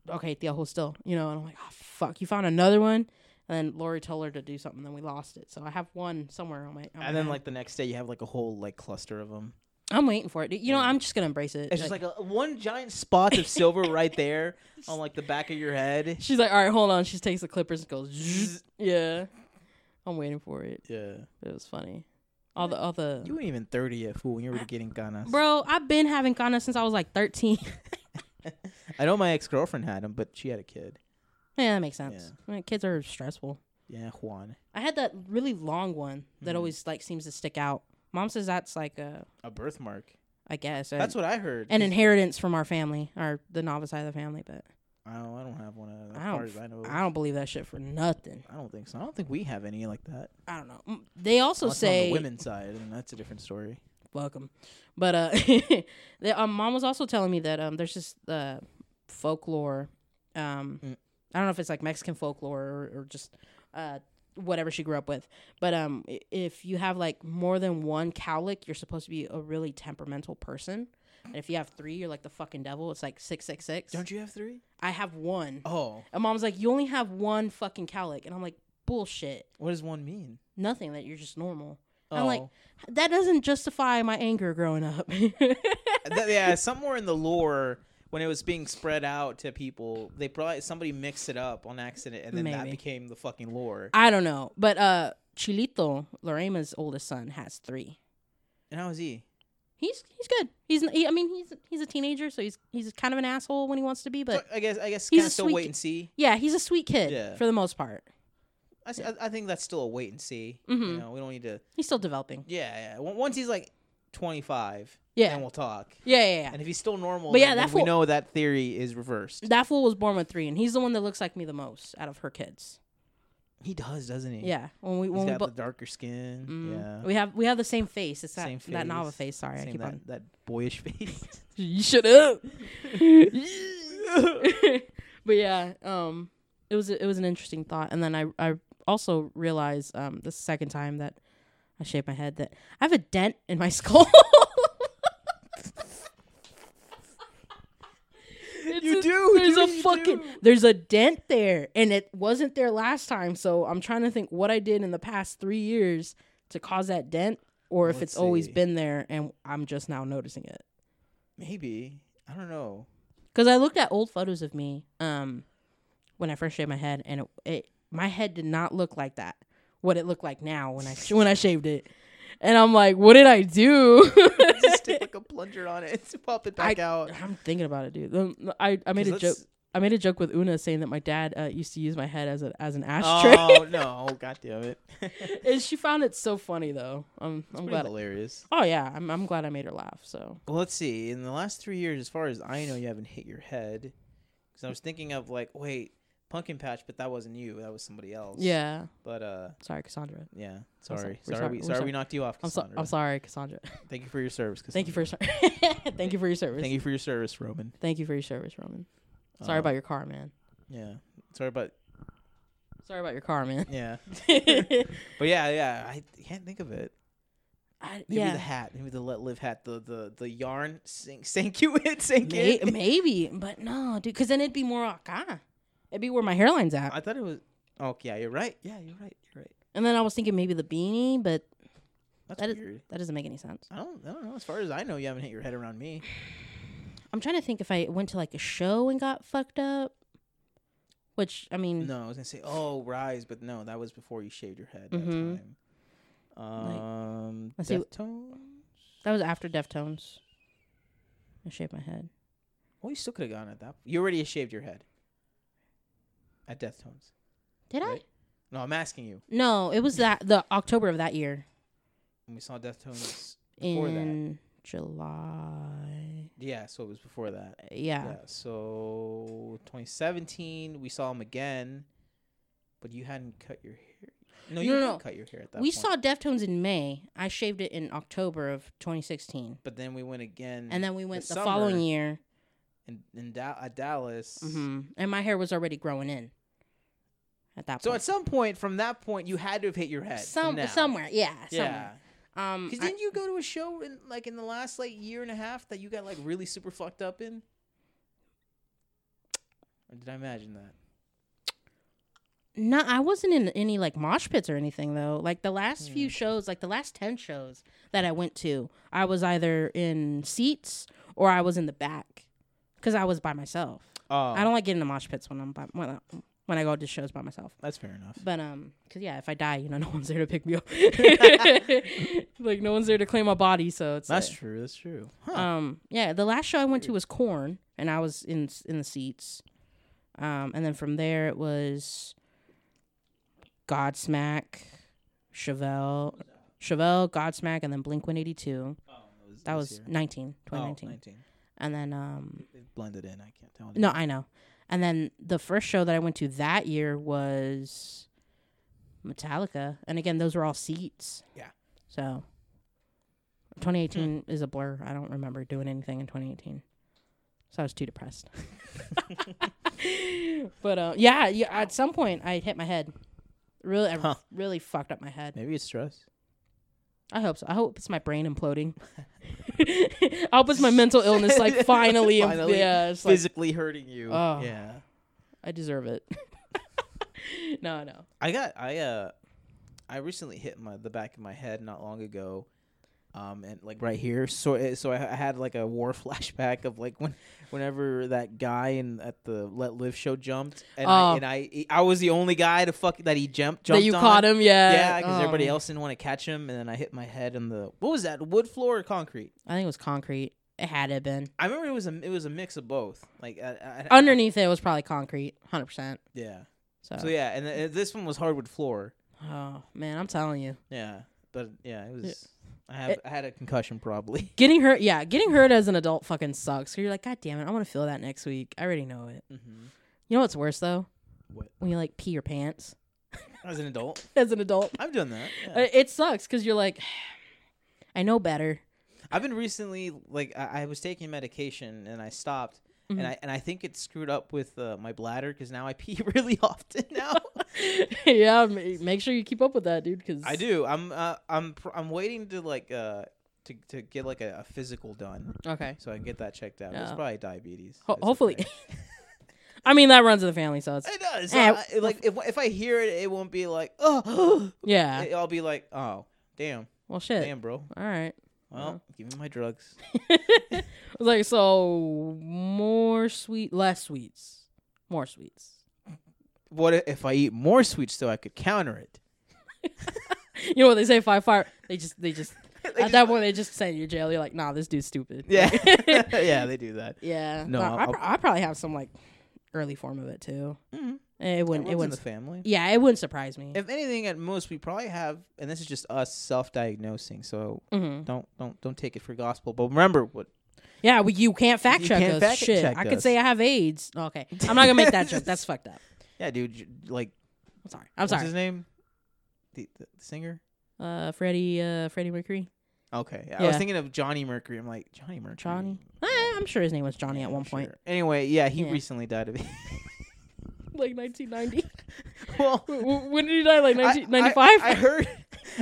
okay, Theo, hold still. You know, and I'm like, oh, fuck, you found another one? And then Lori told her to do something, then we lost it. So I have one somewhere on my. On my And then hand. like the next day, you have like a whole like cluster of them. I'm waiting for it. You know, I'm just going to embrace it. It's just like a, one giant spot of silver right there on like the back of your head. she's like, all right, hold on. She takes the clippers and goes, "Zzz." yeah. I'm waiting for it. Yeah, It was funny. All the, all you the. weren't even thirty yet, fool. When you were getting Ghana, Bro, I've been having Ghana since I was like 13. I know my ex girlfriend had them, but she had a kid. yeah, that makes sense. I mean, kids are stressful. Yeah, Juan, I had that really long one that Mhm. always like seems to stick out. Mom says that's like a, a birthmark. I guess, a, That's what I heard. an inheritance from our family or the novice side of the family. But I don't, I don't have one of that. As I don't far as I know, I don't believe that shit for nothing. I don't think so. I don't think we have any like that. I don't know. Mm, They also Unless on say the women's side, and that's a different story. welcome, but uh, they, um, mom was also telling me that um, there's just uh, folklore. Um, Mm. I don't know if it's like Mexican folklore or, or just uh, whatever she grew up with, but um, i- if you have like more than one cowlick, you're supposed to be a really temperamental person. And if you have three, you're like the fucking devil. It's like six six six. Don't you have three? I have one. Oh, And mom's like, you only have one fucking cowlick, and I'm like, bullshit. what does one mean? Nothing. That you're just normal. Oh. I'm like, That doesn't justify my anger growing up. Th- yeah, somewhere in the lore when it was being spread out to people, they probably somebody mixed it up on accident, and then that Maybe. became the fucking lore. I don't know, but uh, Chilito, Lorema's oldest son, has three. And how is he? He's he's good. He's n- he, I mean he's he's a teenager, so he's he's kind of an asshole when he wants to be, but so I guess I guess he's kind a of still sweet wait ki- and see. yeah, he's a sweet kid Yeah. for the most part. I, s- I- I think that's still a wait and see. You Mhm. know, we don't need to. He's still developing. Yeah, yeah. on- Once he's like 25, Yeah. then we'll talk. Yeah, yeah, yeah. And if he's still normal, But yeah, then that we fool- know that theory is reversed. That fool was born with three, and he's the one that looks like me the most out of her kids. He does, doesn't he? Yeah, when we He's when we got bo- the darker skin. Mm. Yeah. we have we have the same face. It's that Same that Nava face. face. Sorry, I Same keep on. that, that boyish face. You shut up. but yeah, um, it was it was an interesting thought, and then I I also realized um the second time that I shaved my head that I have a dent in my skull. It's You a- do, There's dude, a you fucking do. there's a dent there, and it wasn't there last time. So I'm trying to think what I did in the past three years to cause that dent, or if Let's it's always see. been there and I'm just now noticing it. Maybe. I don't know. Because I looked at old photos of me um, when I first shaved my head, and it, it my head did not look like that. What it looked like now when I when I shaved it, and I'm like, what did I do? Just stick like a plunger on it and pop it back out. I'm thinking about it, dude. Um, I, I made a 'Cause joke. let's- I made a joke with Una saying that my dad uh, used to use my head as a as an ashtray, Oh no! God damn it! It's and she found it so funny though. Um, I'm pretty glad. hilarious. Oh yeah, I'm I'm glad I made her laugh. So Well, let's see. In the last three years, as far as I know, you haven't hit your head. Because I was thinking of like, wait, pumpkin patch, but that wasn't you. That was somebody else. yeah, But uh, sorry Cassandra. yeah. so- Sorry, we're sorry, so- we, we're sorry, so- we knocked you off, I'm so, Cassandra. I'm sorry Cassandra. Thank you for your service. Cassandra. Thank you for your ser- thank you for your service. Thank you for your service, Roman. Thank you for your service, Roman. Sorry Um, about your car, man. Yeah. Sorry about Sorry about your car, man. yeah. I, But yeah, yeah. I can't think of it. Maybe the yeah, hat. Maybe the let live hat. The the the yarn sink sank you in sank May- in. maybe, but no, dude. Because then it'd be more acá. It'd be where my hairline's at. I thought it was. Oh yeah, you're right. Yeah, you're right. You're right. And then I was thinking maybe the beanie, but That's That is- weird. that doesn't make any sense. I don't. I don't know. As far as I know, you haven't hit your head around me. I'm trying to think if I went to like a show and got fucked up. Which I mean, No, I was gonna say, oh, rise, but no, that was before you shaved your head. Mhm. That time. Um, let's see. Deftones. that was after Deftones. I shaved my head. Well, you still could have gone at that. You already shaved your head. At Deftones. Did I? Right. No, I'm asking you. No, it was that the October of that year When we saw Deftones before that. in July. Yeah, so it was before that. Yeah. Yeah. So 2017, we saw him again, but you hadn't cut your hair. No, you No, hadn't no. cut your hair at that We point. saw Deftones in May. I shaved it in October of 2016, But then we went again. and then we went Mm. the, summer following year. in, in da- at Dallas. hmm And my hair was already growing in at that So point. at some point, from that point, you had to have hit your head. from some now. somewhere, yeah, Yeah. somewhere. Um, Because I- didn't you go to a show in like in the last like year and a half that you got like really super fucked up in? Or did I imagine that? No, I wasn't in any like mosh pits or anything though. Like the last Hmm. few shows, like the last 10 shows that I went to, I was either in seats or I was in the back cuz I was by myself. Oh, I don't like getting to mosh pits when I'm by, when I, when I go to shows by myself. That's fair enough. But um cuz yeah, if I die, you know no one's there to pick me up. like no one's there to claim my body, so it's That's like- true. That's true. Huh. um yeah, the last show I went to was Corn and I was in in the seats. Um and then from there it was Godsmack, Chevelle, Chevelle, Godsmack and then Blink-182. That was 19, Oh, 2019. 19. And then um They blended in. I can't tell. no, I know. And then the first show that I went to that year was Metallica. And again, those were all seats. Yeah. Hmm. So 2018 is a blur. I don't remember doing anything in 2018. So I was too depressed. but uh, yeah, yeah, at some point I hit my head. Really, I Huh. really fucked up my head. Maybe it's stress. I hope so. I hope it's my brain imploding. I hope it's my mental illness, like finally, Finally. yeah, it's like, Physically hurting you. Oh. Yeah. I deserve it. no, no. I got I uh I recently hit my the back of my head not long ago. Um and like right here, so uh, so I, I had like a war flashback of like when whenever that guy in at the Let Live show jumped and I Oh. and I I was the only guy to fuck that he jumped jumped that you on. caught him, yeah. Yeah, because Oh, everybody man. else didn't want to catch him, and then I hit my head on the what was that wood floor or concrete? I think it was concrete. It had to have been I remember it was a it was a mix of both. Like I, I, I- underneath. It was probably concrete, hundred percent. yeah, So, So yeah, and th- this one was hardwood floor. oh man, I'm telling you, Yeah, but yeah, it was. I have I had a concussion probably. getting hurt, yeah, getting hurt as an adult fucking sucks. You're like, God damn it, I want to feel that next week. I already know it. Mm-hmm. You know what's worse though? What? When you like pee your pants As an adult, as an adult, I've done that. yeah. Uh, it sucks because you're like, I know better. I've been recently like I, I was taking medication and I stopped. Mhm. And I and I think it screwed up with uh, my bladder because now I pee really often now. yeah, ma- make sure you keep up with that, dude. Because I do. I'm uh, I'm pr- I'm waiting to like uh to, to get like a, a physical done Okay. so I can get that checked out. It's Yeah. probably diabetes. Ho- It's hopefully. okay. I mean, that runs in the family, so it's it does. Eh, Uh, I- like if if I hear it, it won't be like oh. yeah. It- I'll be like oh damn well, shit. damn bro. All right. Well, give me my drugs. It's like so more sweet, less sweets, more sweets. What i- if I eat more sweets though? I could counter it. You know what they say? Five fire. They just they just They at just- Uh, that point they just send you to jail. You're like, nah, this dude's stupid. Yeah, yeah, they do that. yeah. No, No, I, I'll- pr- I probably have some like early form of it too. Mhm. Eh, It e Everyone's wouldn't. It in wouldn't. the family. yeah, it wouldn't surprise me. If anything, at most we probably have, and this is just us self-diagnosing. So hmm don't don't don't take it for gospel. But remember what Yeah, well, you can't fact You check can't us. fact Shit, check I could us. say I have AIDS. Oh, Okay, I'm not gonna make that joke. That's fucked up. Yeah, dude. j- Like, I'm sorry. I'm what's sorry. his name? The, the singer. Uh, Freddie, uh, Freddie Mercury. Okay, I was Yeah. thinking of Johnny Mercury. I'm like Johnny Mercury. Johnny? Eh, I'm sure his name was Johnny Yeah, at one I'm point, sure. Anyway, yeah, he Yeah. recently died of. like 1990. well, W- w- when did he die? Like I- 1995. I, I heard.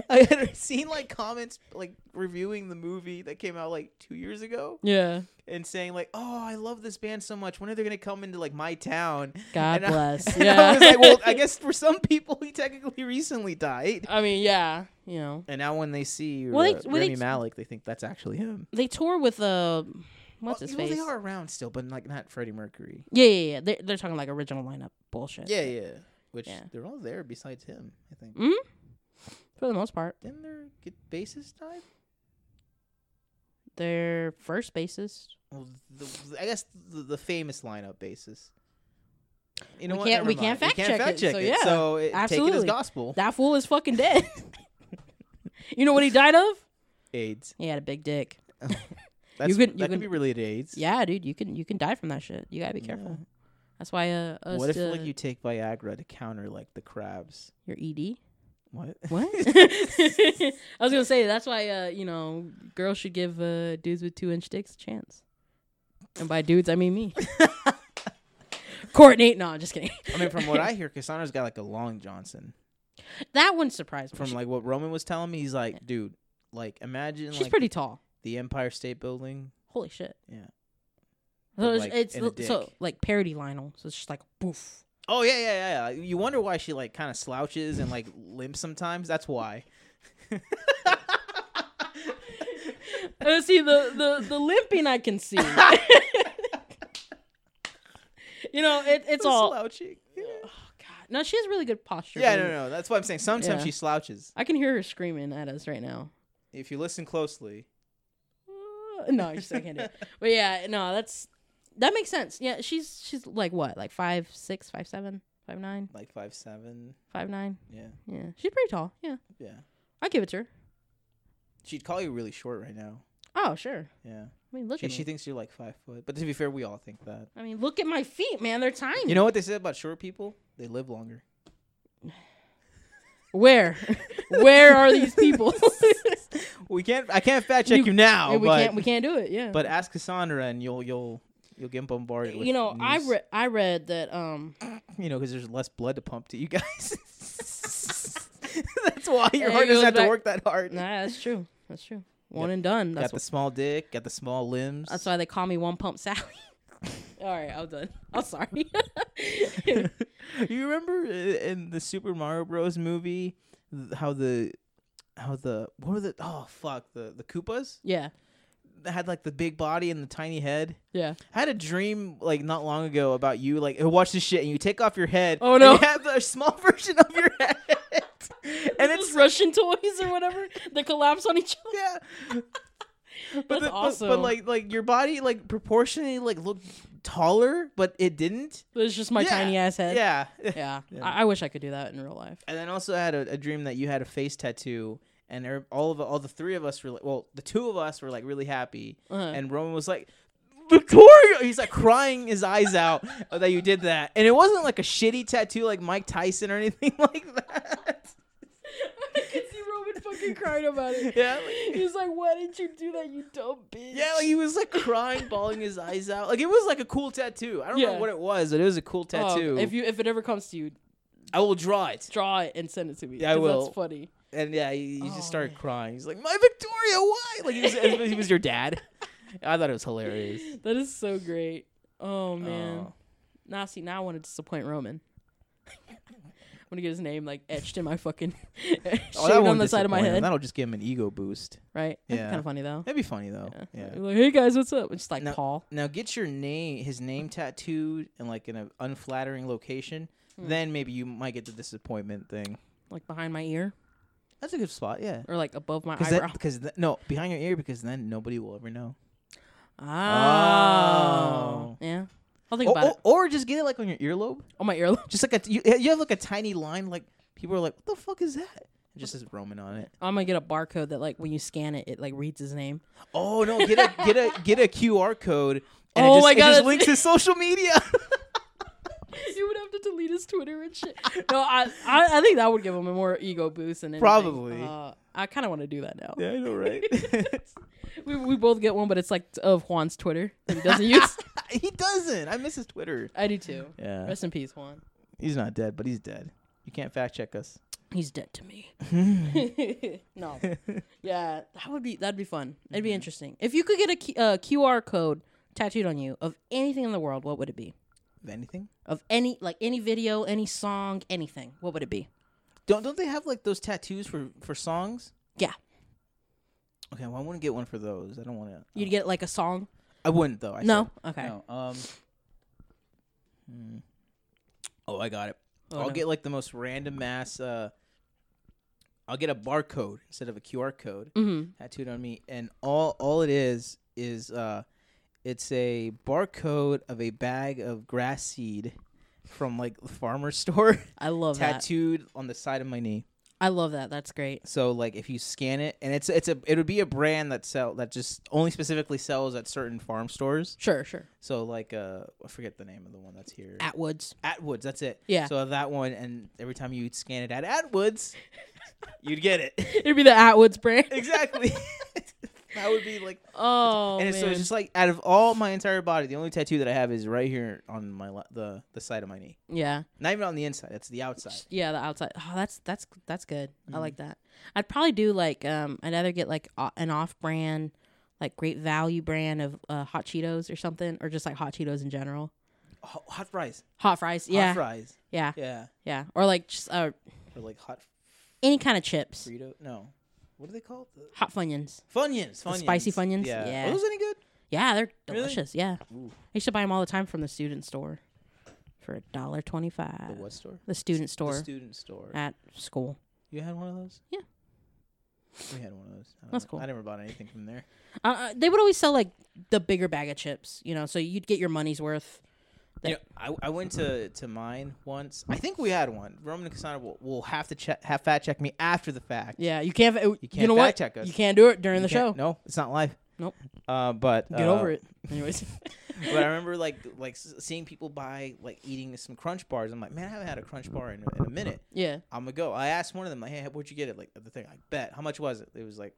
I had seen like comments like reviewing the movie that came out like two years ago yeah. and saying like, "Oh, I love this band so much. When are they gonna come into like my town?" God And I- bless. And yeah. I was like, "Well, I guess for some people, he technically recently died." I mean, yeah. You know, And now when they see Well, they- uh, well, they- Rami Malik, they think that's actually him. they tour with uh, what's well, his well, face? They are around still, but like not Freddie Mercury. Yeah, yeah, yeah. They're, they're talking like original lineup bullshit. Yeah, yeah. Which Yeah. they're all there besides him, I think. Mm. For the most part, Didn't their g- bassist die? their first bassist. Well, the, I guess the, the famous lineup bassist. You know We what? can't- Never we can't mind. fact check it, so yeah, So it, take it as absolutely. gospel. That fool is fucking dead. you know what he died of? AIDS. He had a big dick. That's, could- you that could could- be related to AIDS. Yeah, dude, you can you can die from that shit. You gotta be careful. Yeah. That's why uh, us, What if uh, like you take Viagra to counter like the crabs? your ED. What? What? I was gonna say that's why uh, you know girls should give uh, dudes with two inch dicks a chance. And by dudes, I mean me. Courtney, no, I'm just kidding. I mean, from what I hear, Cassandra's got like a long Johnson. That one surprised me. From She- like what Roman was telling me, he's like, dude, like imagine she's like pretty tall. the Empire State Building. Holy shit. Yeah. So But, it's, like, it's in a l- so dick. like parody Lionel. So it's just like boof. Oh yeah, yeah, yeah. yeah. You wonder why she like kind of slouches and like limps sometimes. That's why. Uh, see the, the the limping I can see. you know, it, it's The all. slouching. Yeah. Oh, God. No, she has really good posture. Yeah, believe no, it. no. That's what I'm saying. Sometimes Yeah. she slouches. I can hear her screaming at us right now. If you listen closely. Uh, no, I just I can't do it. But yeah, no, that's that makes sense. Yeah, she's she's like what, like five six, five seven, five nine, Like five seven. five nine. Yeah, Yeah, she's pretty tall. Yeah, yeah. I give it to her. She'd call you really short right now. Oh sure. Yeah, I mean, look she, at she me. thinks you're like five foot. But to be fair, we all think that. I mean, look at my feet, man. They're tiny. You know what they say about short people? They live longer. where, where are these people? We can't. I can't fact check you, You- now. Yeah, we Oh, but, can't we can't do it. Yeah. But ask Cassandra, and you'll you'll you'll get bombarded. With you know, I news, read I read that um you know because there's less blood to pump to you guys. That's why your It heart doesn't goes have to back- work that hard. nah, that's true. That's true. One Got- and done. got That's the small dick. Got the small limbs. That's why they call me One Pump Sally. All right, I'm done. I'm sorry. you remember i- in the Super Mario Bros. movie th- how the how the what were the oh fuck the the Koopas yeah, They had like the big body and the tiny head. yeah. I had a dream like not long ago about you like watch this shit and you take off your head. Oh, and no. you have a small version of your head, and Those it's Russian toys or whatever that collapse on each other. yeah. But That's the- but- awesome. But, like like your body like proportionally like looked taller, but it didn't. It was just my Yeah, tiny ass head. Yeah. Yeah. Yeah. I-, I wish I could do that in real life. And then also I had a, a dream that you had a face tattoo, and er- all of all the three of us were like, well, the two of us were like really happy, Uh-huh. and Roman was like. Victoria, he's like crying his eyes out that you did that, and it wasn't like a shitty tattoo like Mike Tyson or anything like that. I could see Roman fucking crying about it. Yeah, like- He was like, why didn't you do that, you dumb bitch? Yeah, like he was like crying, bawling his eyes out. Like it was like a cool tattoo. I don't Yeah. remember what it was, but it was a cool Oh, tattoo. if you if it ever comes to you, I will draw it. draw it and send it to me. Yeah, I 'cause will. That's funny. And yeah, he, he Oh, just started man. crying. He's like, "My Victoria, why?" Like he was, as if he was your dad. I thought it was hilarious. That is so great. Oh man. Oh. Now see, now I want to disappoint Roman. I'm gonna get his name like etched in my fucking shaved Oh, that on won't the side of my disappoint him. head. That'll just give him an ego boost. Right? Yeah. Kind of funny though. That'd be funny though. Yeah. Be Like, hey guys, what's up? It's just like No. Paul. Now get your name, his name tattooed, and like in an unflattering location. Then maybe you might get the disappointment thing. Like behind my ear. That's a good spot. Yeah. Or like above my Because eyebrow. because no, behind your ear, because then nobody will ever know. Oh. Oh. Yeah. I'll think Or, about it. or, or just get it like on your earlobe. On my earlobe. Just like a you, you have like a tiny line. Like people are like, "What the fuck is that?" It just says Roman on it. I'm gonna get a barcode that like when you scan it, it like reads his name. Oh no! Get a get a get a QR code. And Oh it just, my it just God, that's- links his social media. you would have to delete his Twitter and shit. No, I, I, I think that would give him a more ego boost than anything. Probably. Uh, I kind of want to do that now. I know, right? We, we both get one, but it's like of Juan's Twitter. that He doesn't use. he doesn't. I miss his Twitter. I do too. Yeah, Rest in peace, Juan. he's not dead, but he's dead. You can't fact check us. He's dead to me. no. Yeah, that would be that'd be fun. It'd be Mm-hmm. interesting if you could get a Q, uh, QR code tattooed on you of anything in the world. What would it be? If anything, Of any like any video, any song, anything. What would it be? don't don't they have like those tattoos for for songs? Yeah. Okay, well I want to get one for those. I don't want to. You'd get like a song. I wouldn't though. I no. said. Okay. No. Um. hmm. Oh, I got it. Oh, I'll no. get like the most random ass. Uh, I'll get a barcode instead of a QR code Mm-hmm. tattooed on me, and all all it is is uh, it's a barcode of a bag of grass seed from like the farmer store I love that. tattooed on the side of my knee. I love that. That's great. So like if you scan it, and it's it's a it would be a brand that sell that just only specifically sells at certain farm stores. Sure, sure. So like uh I forget the name of the one that's here. Atwoods. Atwoods, that's it. Yeah. So that one and every time you scan it at Atwoods, you'd get it. It'd be the Atwoods brand. exactly. that would be like Oh and it's, so man. it's just like out of all my entire body, the only tattoo that I have is right here on my le- the the side of my knee. yeah, Not even on the inside, it's the outside. yeah. The outside. Oh, that's that's that's good. I like that. I'd probably do like um. I'd either get like o- an off-brand, like great value brand of uh, hot Cheetos or something, or just like hot Cheetos in general. Hot, hot fries. Hot fries. Yeah, Hot fries. yeah, Yeah. yeah. Or like just uh, Or like hot any kind of chips. burrito. No. What are they called? The- Hot Funyuns. Funyuns. Funyuns. spicy Funyuns? Yeah. Yeah. Are those any good? Yeah, they're Really? delicious. Yeah, Ooh. I used to buy them all the time from the student store for a dollar The twenty-five. what store? The student Uh, store The student store. at school. You had one of those? Yeah. We had one of those. I don't That's know. cool. I never bought anything from there. Uh, uh, they would always sell like the bigger bag of chips, you know, so you'd get your money's worth. That- You know, I, I went to, to mine once. I think we had one. Roman and Cassandra will, will have to check, have fact check me after the fact. Yeah, you can't. uh, You, can't know what? fact check us. You can't do it during You the show. can't- No, it's not live. Nope. Uh, but Get uh, over it. Anyways, but I remember like like s- seeing people buy like eating some crunch bars. I'm like, man, I haven't had a crunch bar in, in a minute. yeah, I'm gonna go. I asked one of them, like, hey, where'd you get it? Like the thing. I bet. How much was it? It was like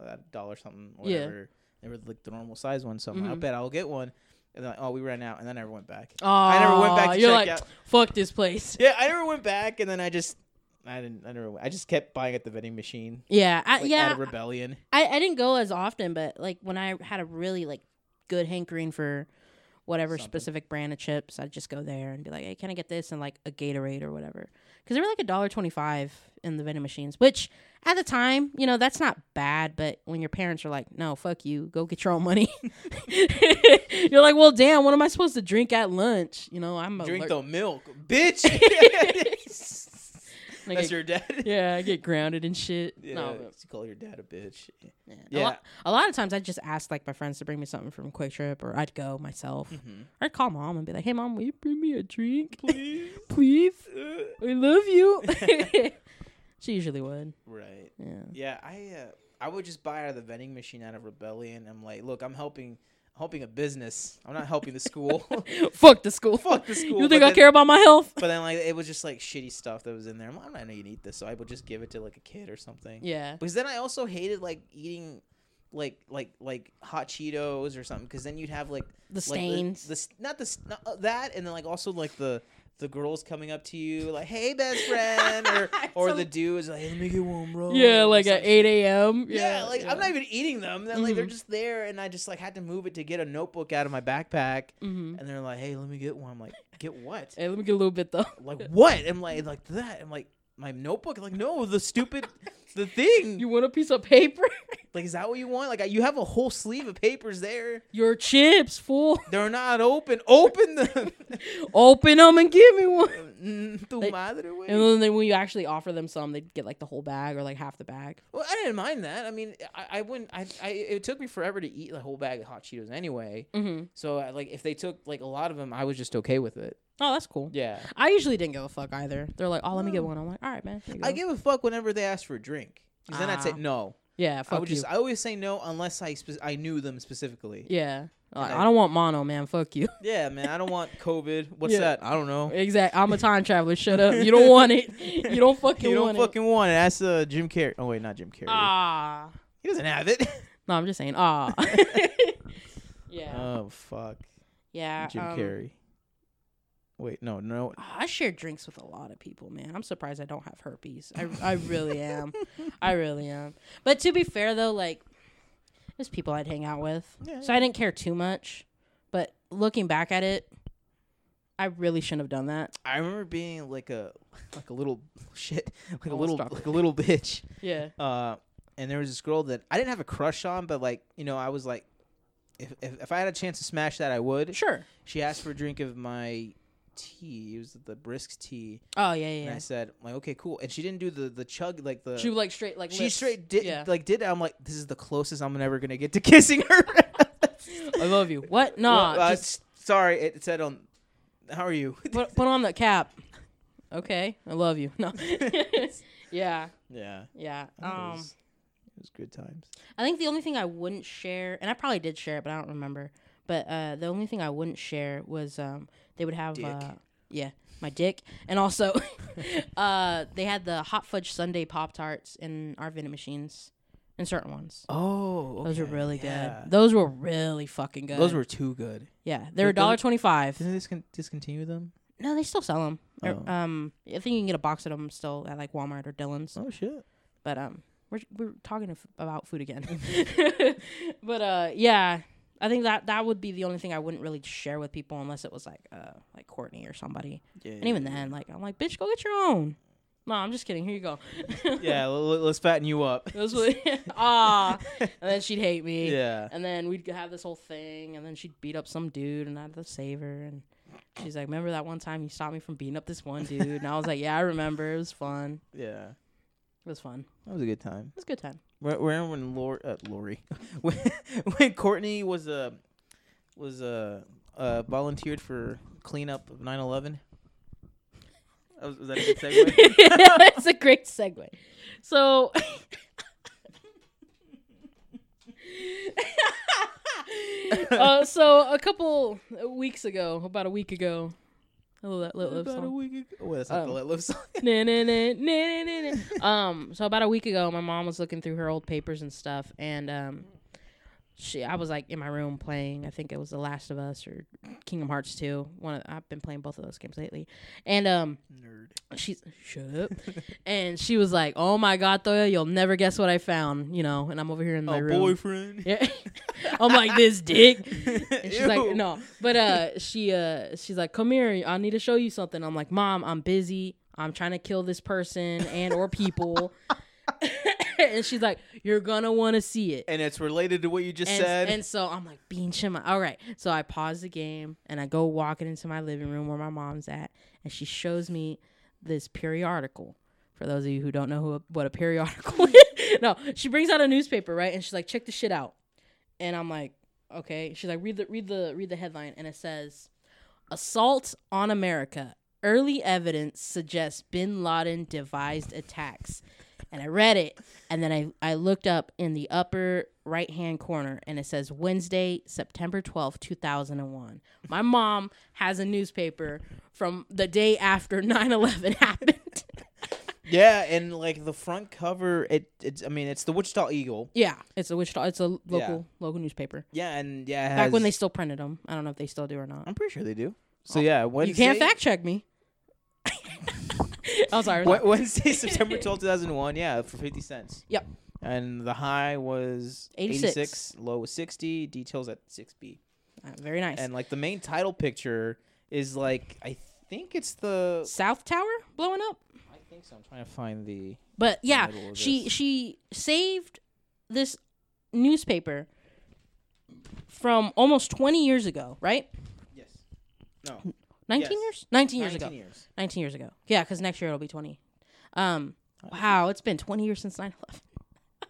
a dollar something. Or Yeah. Whatever. They were like the normal size one. So I'm like, I Mhm. bet I'll get one. And then like, oh, we ran out, and then I never went back. oh, I never went back to you're check like, out. fuck this place. Yeah, I never went back, and then I just, I didn't, I never, went. I just kept buying at the vending machine. Yeah, I, Like, out yeah. of rebellion. I, I didn't go as often, but like when I had a really like good hankering for whatever Something. specific brand of chips, I'd just go there and be like, "Hey, can I get this?" and like a Gatorade or whatever, because they were like a dollar twenty-five in the vending machines. Which at the time, you know, that's not bad, but when your parents are like, "No, fuck you, go get your own money," you're like, "Well, damn, what am I supposed Oh, to drink at lunch?" You know, I'm Drink aller- the milk, bitch. Like, That's I- your dad. yeah, I get grounded and shit. Yeah, No, you call your dad a bitch. but- yeah. A, Yeah. lot, a lot of times I just ask like my friends to bring me something from Quick Trip, or I'd go myself. Mhm. Or I'd call mom and be like, "Hey, mom, will you bring me a drink, Please. please? Uh, I love you." she usually would. right. Yeah. Yeah, I uh, I would just buy out of the vending machine out of rebellion. I'm like, look, I'm helping helping a business. I'm not helping the school. Fuck the school. Fuck the school. You think but I then- care about my health? But then like it was just like shitty stuff that was in there. I'm like, I'm not gonna eat this, so I would just give it to like a kid or something. Yeah. Because then I also hated like eating like like like hot Cheetos or something. Because then you'd have like The like, stains. the, the s- not the s- not, uh, that, and then like also like the the girls coming up to you like, hey best friend, or or So- the dudes like, hey, let me get one, bro. yeah, like at eight. 8 a.m. Yeah, Oh, Yeah, like yeah. I'm not even eating them. Then like they're Mhm. just there, and I just like had to move it to get a notebook out of my backpack. Mhm. And they're like, "Hey, let me get one." I'm like, "Get what? Hey, let me get a little bit though. like what?" I'm like, "Like that." I'm like, "My notebook?" like, no, the stupid, the thing. You want a piece of paper? Like, is that what you want? Like, you have a whole sleeve of papers there. Your chips, fool. They're not open. Open them. Open them and give me one. Mm, tu Like- madre, wey. And then, then when you actually offer them some, they get like the whole bag or like half the bag. Well, I didn't mind that. I mean, I, I wouldn't. I, I it took me forever to eat the whole bag of hot Cheetos anyway. Mm-hmm. So I, like, if they took like a lot of them, I was just okay with it. Oh, that's cool. Yeah. I usually didn't give a fuck either. They're like, oh, let me get No. one. I'm like, all right, man. here you I go." give a fuck whenever they ask for a drink. 'Cause then I'd say Ah. no. yeah, I fuck would you. just. I always say no unless I spe- I knew them specifically. yeah. Like, I- I don't want mono, man. Fuck you. Yeah, man. I don't want COVID. What's Yeah. that? I don't know. exact. I'm a time traveler. Shut up. You don't want it. You don't fucking You don't want it. fucking want it. That's uh, Jim Carrey. Oh wait, not Jim Carrey. Ah. he doesn't have it. No, I'm just saying. Ah. Uh, yeah. Oh fuck, yeah. Jim um, Oh, Carey. Carrey. Wait, no, no. I share drinks with a lot of people, man. I'm surprised I don't have herpes. I, I really am. I really am. But to be fair, though, like, there's people I'd hang out with. Yeah. So I didn't care too much. But looking back at it, I really shouldn't have done that. I remember being like a like a little shit, like a Almost little dropped like a little bitch. Yeah. Uh, and there was this girl that I didn't have a crush on, but like you know, I was like, if if, if I had a chance to smash that, I would. Sure. She asked for a drink of my tea. It was the brisk tea, Oh, yeah, yeah. and I yeah. said, "Like, okay, cool." And she didn't do the the chug like the. She like straight like she lips. straight did Yeah. like did. It. I'm like, this is the closest I'm ever gonna get to kissing her. I love you. What? No. Well, uh, s- just sorry, it said on. How are you? put, put on that cap. Okay. I love you. No. yeah. yeah, Yeah. it, Um. was, it was good times. I think the only thing I wouldn't share, and I probably did share it, but I don't remember. But uh, the only thing I wouldn't share was um, they would have Dick. Uh, yeah, my dick, and also uh, they had the hot fudge Sunday pop tarts in our vending machines, in certain ones. Oh, Those were okay, really yeah. good. Those were really fucking good. Those were too good. yeah, they were Th- those- dollar twenty five. Didn't they discon- discontinue them? No, they still sell them. Oh. um, I think you can get a box of them still at like Walmart or Dillon's. Oh shit! But um, we're we're talking af- about food again. but uh, yeah, I think that that would be the only thing I wouldn't really share with people unless it was like uh like Courtney or somebody. Yeah, And even then, like I'm like, bitch, go get your own. No, I'm just kidding. Here you go. yeah, l- l- let's fatten you up. That's what. ah, and then she'd hate me. yeah, And then we'd have this whole thing, and then she'd beat up some dude, and I had to save her. And she's like, "Remember that one time you stopped me from beating up this one dude?" And I was like, "Yeah, I remember. It was fun. yeah, It was fun. that was a good time. It was a good time." Where, where when Lori, uh, Lori, when, when Courtney was uh, was uh, uh, volunteered for cleanup of 9/11. That Was, was that a good segue? That's a great segue. So, uh, so a couple weeks ago, about a week ago, I love that Little Liv About a song. week ago. Wait, that's not the Um, Let Live song. Na, na, na, na, na, na, na. um, so about a week ago, my mom was looking through her old papers and stuff, and um, she, I was like in my room playing. I think it was The Last of Us or Kingdom Hearts Two. One, of, I've been playing both of those games lately, and um, Nerd. she's shut up and she was like oh my god thoya you'll never guess what i found you know and i'm over here in my A room boyfriend. yeah i'm like this dick and she's Ew. like no but uh she uh she's like come here i need to show you something i'm like mom i'm busy i'm trying to kill this person and or people and she's like you're gonna want to see it And it's related to what you just and, said. and so I'm like, bean chima. All right. So I pause the game and I go walking into my living room where my mom's at, and she shows me this periodical For those of you who don't know who, what a periodical is, no, she brings out a newspaper, right? And she's like, check the shit out. And I'm like, okay. She's like, read the read the read the headline, and it says, assault on America. Early evidence suggests Bin Laden devised attacks. And I read it, and then I, I looked up in the upper right hand corner, and it says Wednesday, September twelfth, two 2001. My mom has a newspaper from the day after 9 11 happened. Yeah, and like the front cover, it it's I mean it's the Wichita Eagle. yeah, it's a Wichita, it's a local local newspaper. Yeah, and yeah, it Back when they has- still printed them. I don't know if they still do or not. I'm pretty sure they do. So yeah, Wednesday. You can't fact check me. I'm sorry. Wed- Wednesday, September twelfth, two 2001. Yeah, for 50 cents. Yep. And the high was 86, 86. low was 60, details at 6B. Uh, very nice. And like the main title picture is like I think it's the South Tower blowing up. I think so. I'm trying to find the But yeah, middle of she this. she saved this newspaper from almost 20 years ago, right? Yes. No. 19 Yes. years? 19 years 19 ago. years. 19 years ago. Yeah, cuz next year it'll be 20. Um wow, it's been 20 years since 9/11.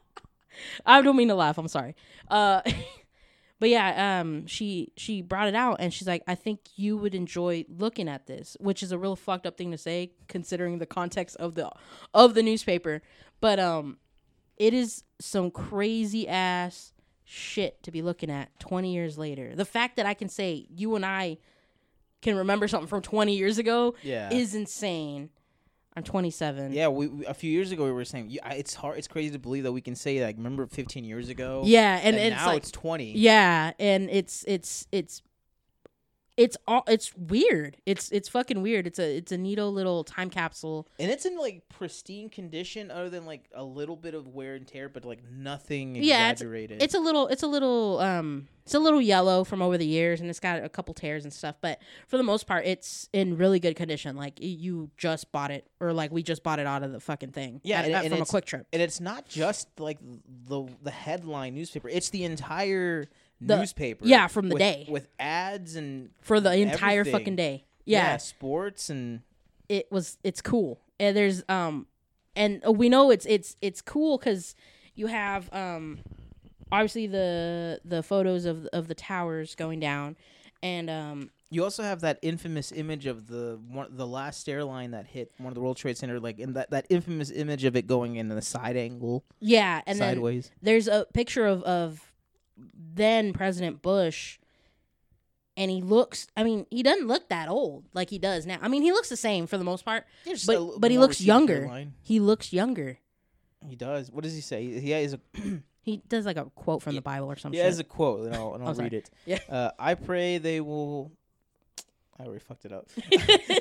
I don't mean to laugh, I'm sorry. Uh but yeah, um she she brought it out and she's like, "I think you would enjoy looking at this," which is a real fucked up thing to say considering the context of the of the newspaper. But um it is some crazy ass shit to be looking at 20 years later. The fact that I can say you and I can remember something from 20 years ago Yeah. is insane. I'm 27. yeah, we, we- a few years ago we were saying you- I- it's hard it's crazy to believe that we can say like remember 15 years ago. Yeah, and, And, it's now like it's 20. yeah, and it's it's it's it's all it's weird. It's it's fucking weird. It's a it's a neato little time capsule. And it's in like pristine condition other than like a little bit of wear and tear but like nothing Yeah, exaggerated. It's a little it's a little um it's a little yellow from over the years and it's got a couple tears and stuff, but for the most part it's in really good condition. Like y- you just bought it or like we just bought it out of the fucking thing. Yeah, at- and- at- and from a it's- quick trip. and it's not just like the the headline newspaper; it's the entire The- newspaper. yeah, from the with- day. with ads and For the entire everything. fucking day. yeah. sports and it was it's cool and there's um and we know it's it's it's cool because you have um obviously the the photos of of the towers going down and um you also have that infamous image of the one, the last airline that hit one of the World Trade Center, like in that that infamous image of it going in the side angle, yeah and then sideways. there's a picture of of then President Bush, and he looks. I mean, he doesn't look that old like he does now. I mean, he looks the same for the most part, Yeah, just a but little but bit he more looks receding younger. hairline. He looks younger. He does. What does he say? He has a He does like a quote from the Bible or something. he has a quote, and I'll, and I'll sorry. read it. Yeah. Uh, I pray they will. I already fucked it up.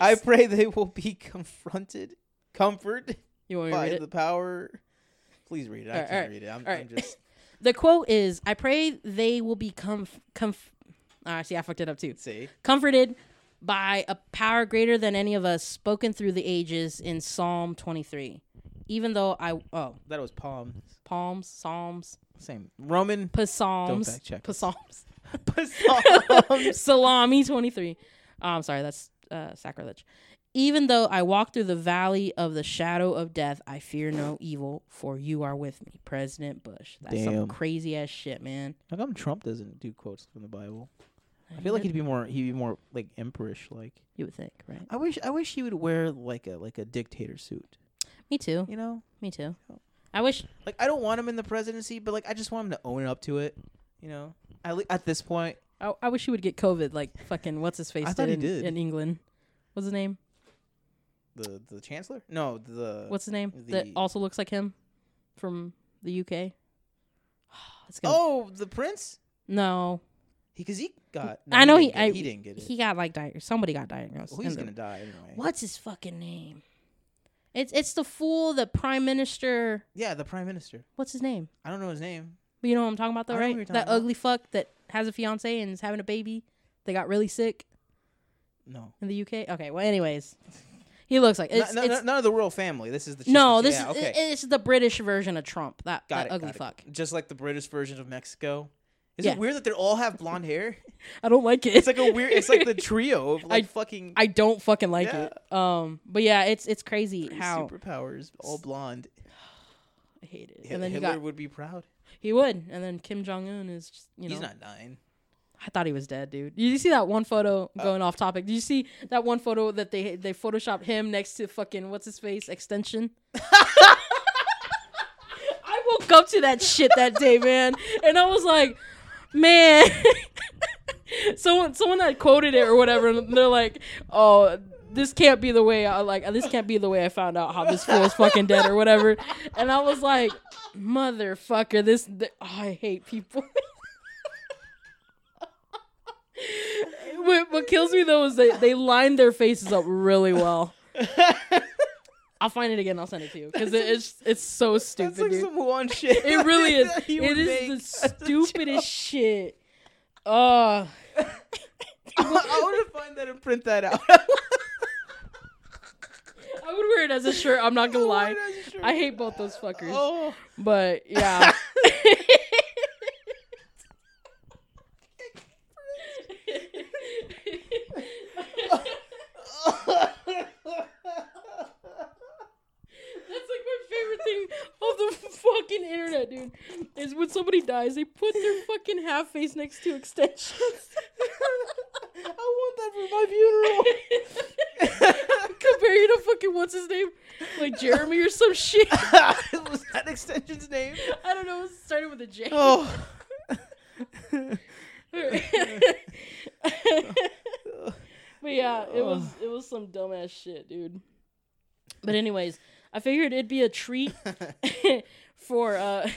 I pray they will be confronted, comforted you want me to by read it? the power. Please read it. I All right, can't all right, read it. I'm, all I'm right. just The quote is, "I pray they will be comf comf." Ah, see, I fucked it up too. say Comforted by a power greater than any of us, spoken through the ages in Psalm 23. Even though I oh that was palm. palms psalms Same Roman Don't psalms fact check us. psalms Psalms. salami 23 oh, i'm sorry that's uh, sacrilege even though i walk through the valley of the shadow of death i fear no evil for you are with me president bush that's Damn. some crazy ass shit man How come Trump doesn't do quotes from the Bible? I feel like he'd be more he'd be more like emperorish like. you would think right I wish I wish he would wear like a like a dictator suit. me too You know, me too Oh. i wish like I don't want him in the presidency, but like I just want him to own up to it. You know, at le- at this point, I, I wish he would get covid like fucking what's his face I thought he in, did. in england what's his name the the chancellor. No, the what's his name that the- also looks like him from the uk it's gonna, oh the prince. no Because he, got. I know didn't he- Get, I- he didn't get it. he got like di- somebody got diagnosed. well, he's And the- gonna die anyway. What's his fucking name? It's it's the fool, the prime minister. Yeah, the prime minister. What's his name? I don't know his name. But you know what I'm talking about, though, I know who right? you're That talking about. ugly fuck that has a fiance and is having a baby. They got really sick No. in the UK. Okay, well, anyways, he looks like No- it's, no, it's, no- none of the royal family. This is the. no, just the- this yeah, is okay. it- it's the British version of Trump. That got that it. ugly got fuck. It. Just like the British version of Mexico Is Yeah. it weird that they all have blonde hair? I don't like it. It's like a weird. It's like the trio of like I- fucking I don't fucking like Yeah. it. Um, but yeah, it's it's crazy how superpowers, all blonde. I hate it. Hi- And then you Hitler got would be proud. he would, and then Kim Jong Un is just you know He's not dying. I thought he was dead, dude. Did you see that one photo Oh. going off topic? Did you see that one photo that they they photoshopped him next to fucking what's his face extension? I woke up to that shit that day, man, and I was like, man. someone someone had quoted it or whatever, and they're like, oh. This can't be the way I like. This can't be the way I found out how this fool's fucking dead or whatever. And I was like, motherfucker, this. th- oh, I hate people. what, what kills me though is they they lined their faces up really well. I'll find it again. I'll send it to you because it, it's it's so stupid, That's like dude. some Juan shit. it really is. that he It would is the make as a joke. stupidest shit. Oh, I want to find that and print that out. I would wear it as a shirt. I'm not gonna lie. I hate both those fuckers. Oh, But yeah. That's like my favorite thing of the fucking internet, dude. Is when somebody dies, they put their fucking half face next to extensions. I want that for my funeral. Compare you to fucking what's his name? Like Jeremy or some shit. Was that extension's name? I don't know. It started with a J. Oh. but yeah, it was it was some dumbass shit, dude. But anyways, I figured it'd be a treat for uh,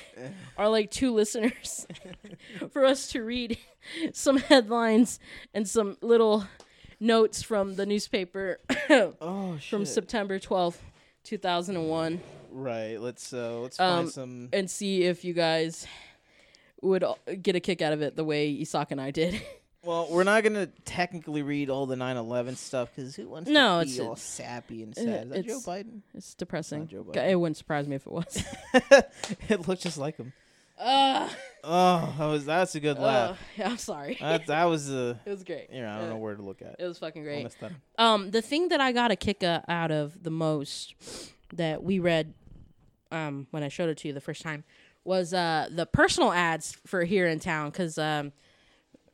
our like two listeners for us to read some headlines and some little notes from the newspaper oh shit. from September twelfth, two thousand and one, right. Let's uh let's Um, find some and see if you guys would uh, get a kick out of it the way Isak and I did. Well, we're not going to technically read all the 9/11 stuff cuz who wants No, to it's- be all sappy and sad? Is that Joe it's- Biden? It's depressing. Not Joe G- Biden. It wouldn't surprise me if it was. it looked just like him. uh, Oh, that was that's a good uh, laugh. yeah, I'm sorry. That that was a it was great. you know, I don't Uh, know where to look at. It was fucking I great. missed that. Um, the thing that I got a kick uh, out of the most that we read, um, when I showed it to you the first time, was uh the personal ads for here in town. Cause um,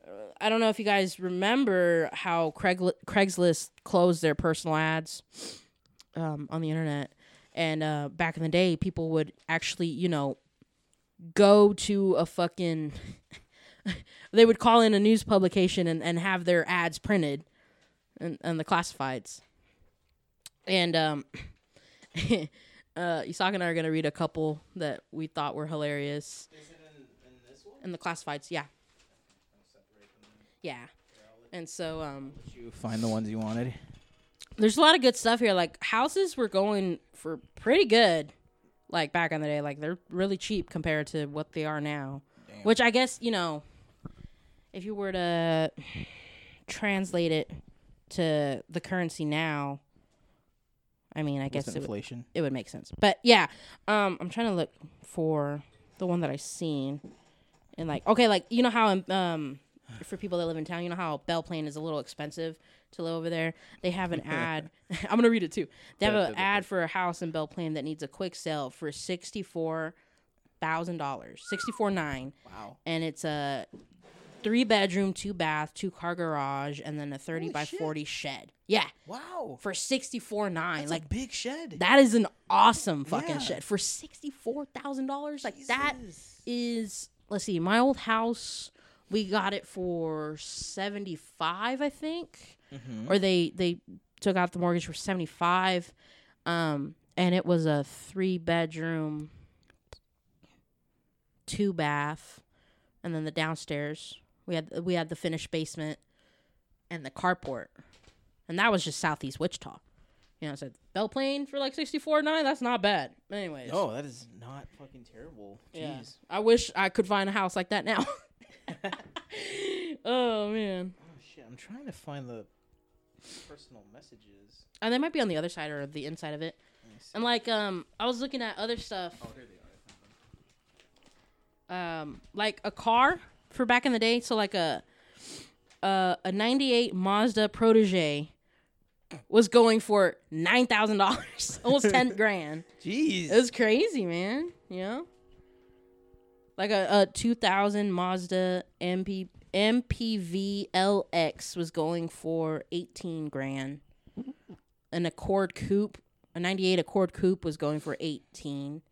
uh, I don't know if you guys remember how Craigli- Craigslist closed their personal ads, um, on the internet, and uh, back in the day, people would actually, you know, go to a fucking. they would call in a news publication and, and have their ads printed and, and the classifieds. And um, uh, Isak and I are gonna read a couple that we thought were hilarious. in, the classifieds, yeah, yeah. And so um, Did you find the ones you wanted? there's a lot of good stuff here. Like houses were going for pretty good, like back in the day. Like they're really cheap compared to what they are now. Which I guess you know, if you were to translate it to the currency now, I mean, I guess With it would, inflation. it would make sense. But yeah, um, I'm trying to look for the one that I seen, and like okay, like you know how um. For people that live in town, you know how Belle Plaine is a little expensive to live over there. They have an ad. I'm gonna read it too. They have Yeah, an do that, ad for a house in Belle Plaine that needs a quick sale for sixty four thousand dollars, sixty four nine, Wow. and it's a three bedroom, two bath, two car garage, and then a thirty Holy by shit. forty shed. Yeah, Wow. for sixty four nine. That's Like a big shed. that is an awesome fucking Yeah. shed for sixty four thousand dollars. Like that Jesus. is let's see, my old house we got it for seventy five, I think, Mm-hmm. or they they took out the mortgage for seventy five, um, and it was a three bedroom, two bath, and then the downstairs we had we had the finished basement and the carport, and that was just southeast Wichita. You know, I said Belle Plaine for like sixty four nine. That's not bad. Anyways, No, that is not fucking terrible. yeah. Oh, Jeez. I wish I could find a house like that now. oh man. Oh shit, I'm trying to find the personal messages. And they might be on the other side or the inside of it. Let me see. And like um I was looking at other stuff. here they are. Um like a car for back in the day. So like a a, a '98 Mazda Protege was going for nine thousand dollars, almost ten grand. Jeez. It was crazy, man. You know, like a, a 2000 Mazda MP MPV LX was going for 18 grand. An Accord Coupe, a 98 Accord Coupe was going for 18.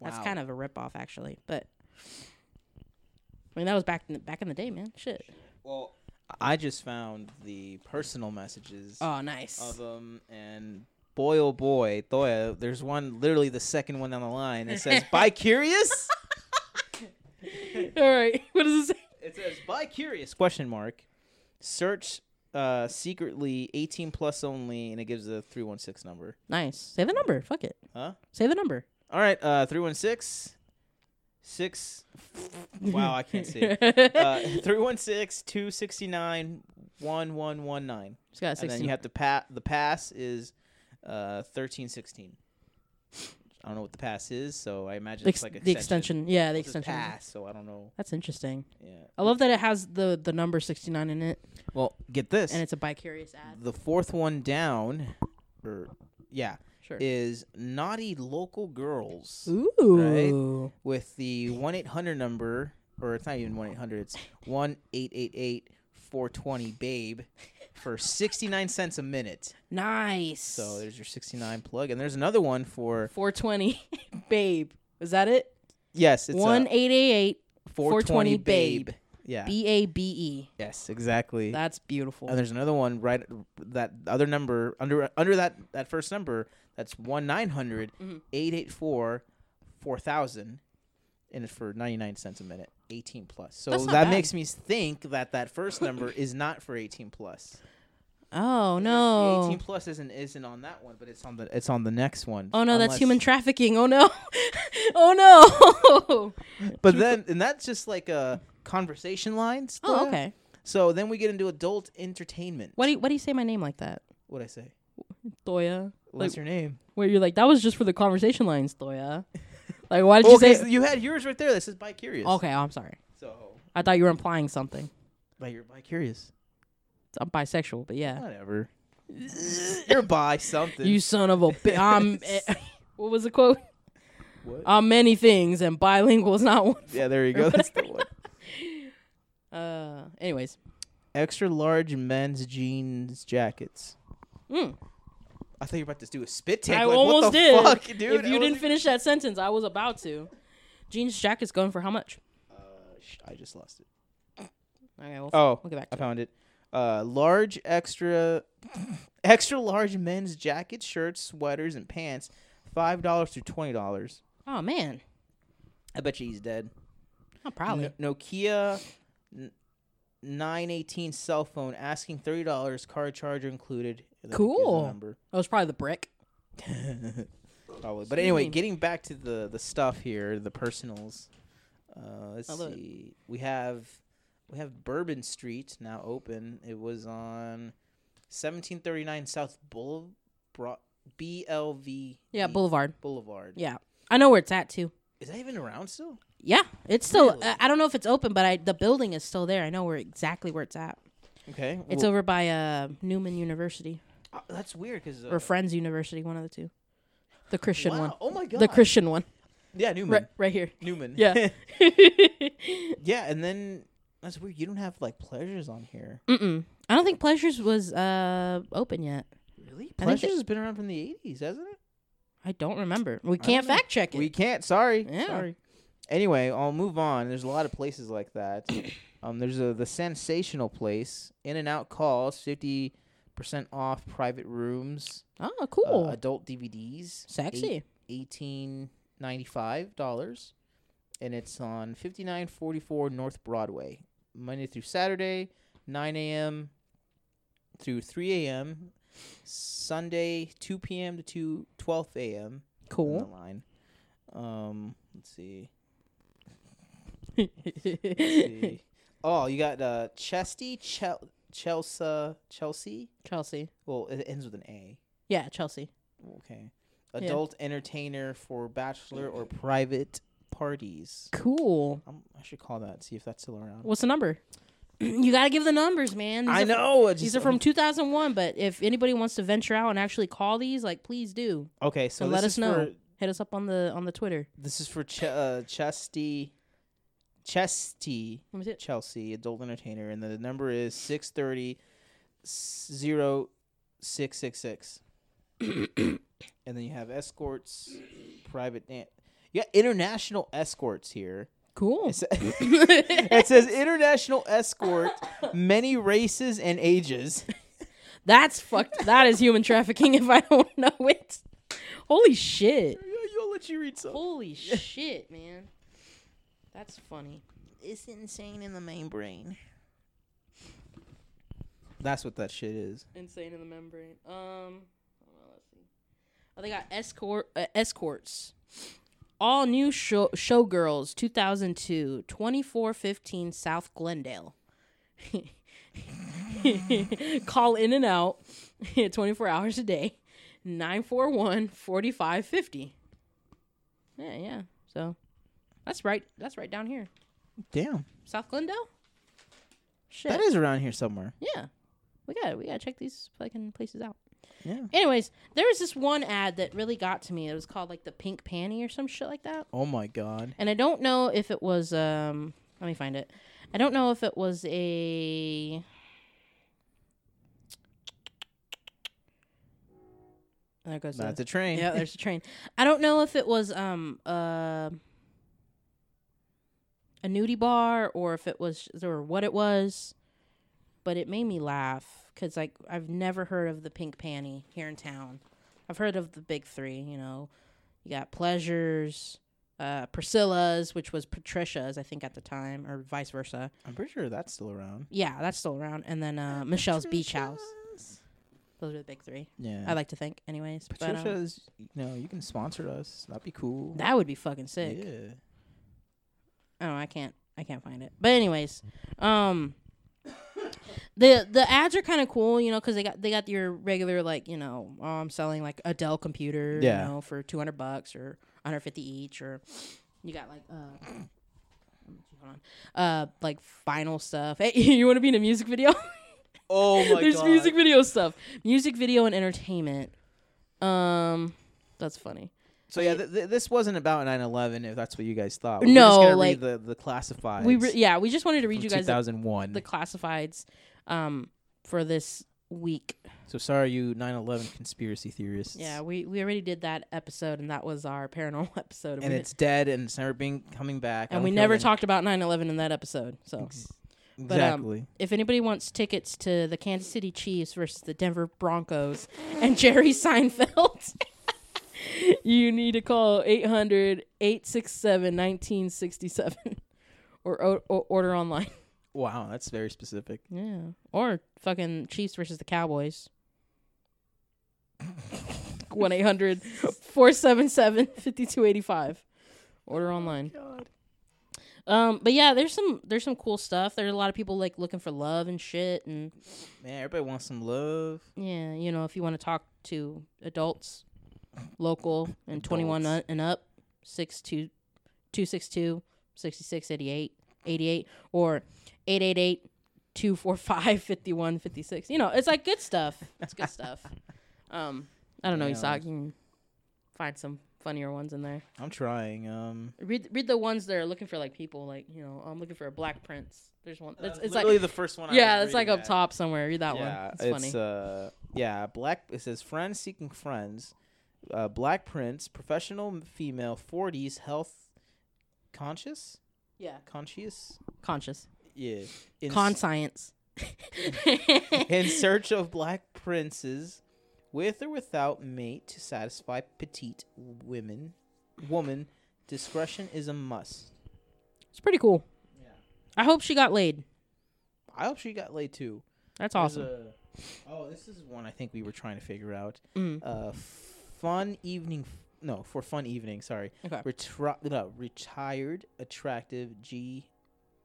That's Wow. kind of a ripoff, actually. But I mean, that was back in the, back in the day, man. Shit. well, I just found the personal messages Oh, nice. of them, and boy, oh boy, Thoya, there's one literally the second one down the line that says, "Bi curious." All right. What does it say? It says by curious question mark. Search uh secretly 18 plus only and it gives a 316 number. Nice. Say the number. Fuck it. Huh? Say the number. All right, uh 316 6 Wow, I can't see. Uh 316-269-1119. It's got a And 16. then you have to pass the pass is uh 1316. I don't know what the pass is, so I imagine the, it's ex- like the extension. Yeah, the This is extension. pass, so I don't know. That's interesting. Yeah. I love that it has the the number 69 in it Well, get this. and it's a bicurious ad. The fourth one down, or yeah, Sure. is naughty local girls Ooh. with the one eight hundred number, or it's not even one eight hundred. It's one eight eight eight four twenty babe for sixty nine cents a minute. Nice. So there's your sixty nine plug, and there's another one for 420 babe. Is that it? yes, it's uh, One a eight eight eight four twenty 420 babe. babe. Yeah. B A B E. yes, exactly. That's beautiful. and there's another one right that other number under under that that first number that's 1 900 Mm-hmm. 884 4000 and it's for 99 cents a minute 18 plus so That's not that bad. makes me think that that first number is not for 18 plus Oh The no. 18 plus isn't isn't on that one but it's on the it's on the next one Oh no, that's unless- human trafficking. Oh no. oh no. but then and that's just like a conversation lines oh Toya. okay. so then we get into adult entertainment Why do you, why do you say my name like that? what i say Toya. what's Like- your name Where you're like that was just for the conversation lines, Toya. like why did you okay say so you had yours right there that says by curious Okay, oh, I'm sorry. so I thought you were implying something. But you're bi curious. I'm bisexual, but yeah. Whatever. you're bi something. You son of a bi- I'm eh, what was the quote? What? I'm many things and bilingual is not one. yeah, there you go. That's the one. Uh anyways. Extra large men's jeans jackets. Mm. I thought you were about to do a spit take. I like, almost what the did. Fuck, dude, if I you wasn't didn't finish that sentence, I was about to. Jeans jacket's going for how much? even- Uh, sh- I just lost it. Okay, we'll, Oh, we'll get back I to found it. Uh, large extra, extra large men's jackets, shirts, sweaters, and pants. Five dollars to twenty dollars. it. Oh man. I bet you he's dead. Oh, probably. No- Nokia n- 918 cell phone asking $30, car charger included. and then it gives the Cool. number. That was probably the brick. Probably. But anyway, Sweet. getting back to the, the stuff here, the personals. Uh, let's I love it. see. We have we have Bourbon Street now open. It was on 1739 South Boule- Bro- BLV Yeah, Boulevard. E Boulevard. Yeah. I know where it's at too. Is that even around still? Yeah, it's still. uh, Really? I I don't know if it's open, but I the building is still there. I know where exactly where it's at. Okay. It's over by uh, Newman University uh, that's weird because uh, or Friends University, one of the two. The Christian wow. one. Oh my god. The Christian one. yeah, Newman. Right, right here. Newman. Yeah. yeah, and then that's weird. You don't have like pleasures on here. Mm-mm. I don't think Pleasures was uh, open yet. Really? they- Pleasures has been around from the eighties, hasn't it? I don't remember. We can't know. fact check it. We can't. Sorry. Yeah. Sorry. Anyway, I'll move on. There's a lot of places like that. um, there's a the sensational place. In and out calls, fifty percent off private rooms, oh, uh, cool. adult DVDs, Sexy. eighteen ninety five dollars, and it's on fifty nine forty four North Broadway, Monday through Saturday, nine a.m. through three a.m. Sunday two p.m. to 2, 12 a.m. on the Cool. line. Um, let's see. Let's Chelsea. see. oh, you got uh, Chesty Chel- Chelsea Chelsea. Well, it ends with an A. Yeah, Chelsea. Okay. Yeah. Adult entertainer for bachelor or private parties. Cool. Um, I should call that. See if that's still around. What's the number? you gotta give the numbers, man. These I are- know. it's These just- are from 2001, but if anybody wants to venture out and actually call these, like, please do. Okay, so and this let is us know. For, Hit us up on the on the Twitter. this is for Ch- uh, Chesty, Chesty Let me see it. Chelsea, adult entertainer, and the number is six thirty zero six six six. And then you have escorts, private dance. You got international escorts here. Cool. It sa- it says international escort, many races and ages. That's fucked. That is human trafficking if I don't know it. Holy shit. I'll let you read some. Holy shit, man. That's funny. It's insane in the main brain. That's what that shit is. Insane in the membrane. Um, well, let's see. Oh, they got escort uh, escorts. All new show showgirls 2002 2415 South Glendale. Call in and out 24 hours a day 941 4550. Yeah, yeah. So that's right. That's right down here. Damn. South Glendale? Shit. That is around here somewhere. Yeah. We got we gotta check these fucking places out. Yeah. Anyways, there was this one ad that really got to me. It was called like the pink panty or some shit like that. Oh my god. And I don't know if it was um let me find it. I don't know if it was a there goes That's the, a train. yeah, there's a train. I don't know if it was um uh, a nudie bar or if it was or what it was, but it made me laugh because like I've never heard of the pink panty here in town. I've heard of the big three. You know, you got Pleasures, uh, Priscilla's, which was Patricia's, I think at the time, or vice versa. I'm pretty sure that's still around. Yeah, that's still around. And then uh, Michelle's Beach House. Those are the big three. Yeah. I like to think, anyways. But, um, Patricia's. you know, you can sponsor us. That'd be cool. that would be fucking sick. Yeah. Oh, I can't. I can't find it. But anyways, um, the the ads are kind of cool, you know, because they got they got your regular like you know oh, I'm selling like a Dell computer, Yeah. you know, for two hundred bucks or hundred fifty each, or you got like uh. Hold on. Uh, like vinyl stuff. Hey, you want to be in a music video? Oh my There's music video stuff. Music video and entertainment. Um, that's funny. So yeah, th- th- this wasn't about 9/11, if that's what you guys thought. We were No, just gonna like- read the the classifieds. We re- yeah, we just wanted to read from you guys the 2001. the classifieds um for this week. so sorry, you 9/11 conspiracy theorists. Yeah, we we already did that episode and that was our paranormal episode and we it's dead, and it's never been coming back. I and don't we care never what talked about 9/11 in that episode. So, any- but, um, Exactly. if anybody wants tickets to the Kansas City Chiefs versus the Denver Broncos and Jerry Seinfeld, you need to call 800-867-1967 or, o- or order online. wow, that's very specific. Yeah. Or fucking Chiefs versus the Cowboys. 1 800 477 5285. Order online. God. Um, but yeah, there's some there's some cool stuff. There's a lot of people like looking for love and shit, and Man, everybody wants some love. yeah, you know, if you want to talk to adults, local and twenty one Adults. and up, six two two six two sixty six eighty eight eighty eight or eight eight eight two four five fifty one fifty six. You know, it's like good stuff. It's good stuff. Um, I don't know, Yeah. Isak, you can find some funnier ones in there. I'm trying. Um, Read read the ones that are looking for like people like you know I'm looking for a black prince. There's one. That's, uh, it's literally like the first one. I yeah, was it's like reading up at. top somewhere. Read that yeah, one. It's, funny. uh, yeah, black. It says friends seeking friends, uh, black prince, professional m- female, forties, health conscious, yeah, conscious, conscious yeah, in, con science. in search of black princes, with or without mate to satisfy petite women. Woman, discretion is a must. It's pretty cool. Yeah. I hope she got laid. I hope she got laid too. That's There's awesome. a- oh, this is one I think we were trying to figure out. Mm. Uh, fun evening. f- No, for fun evening. Sorry. Okay. Retri- no, retired attractive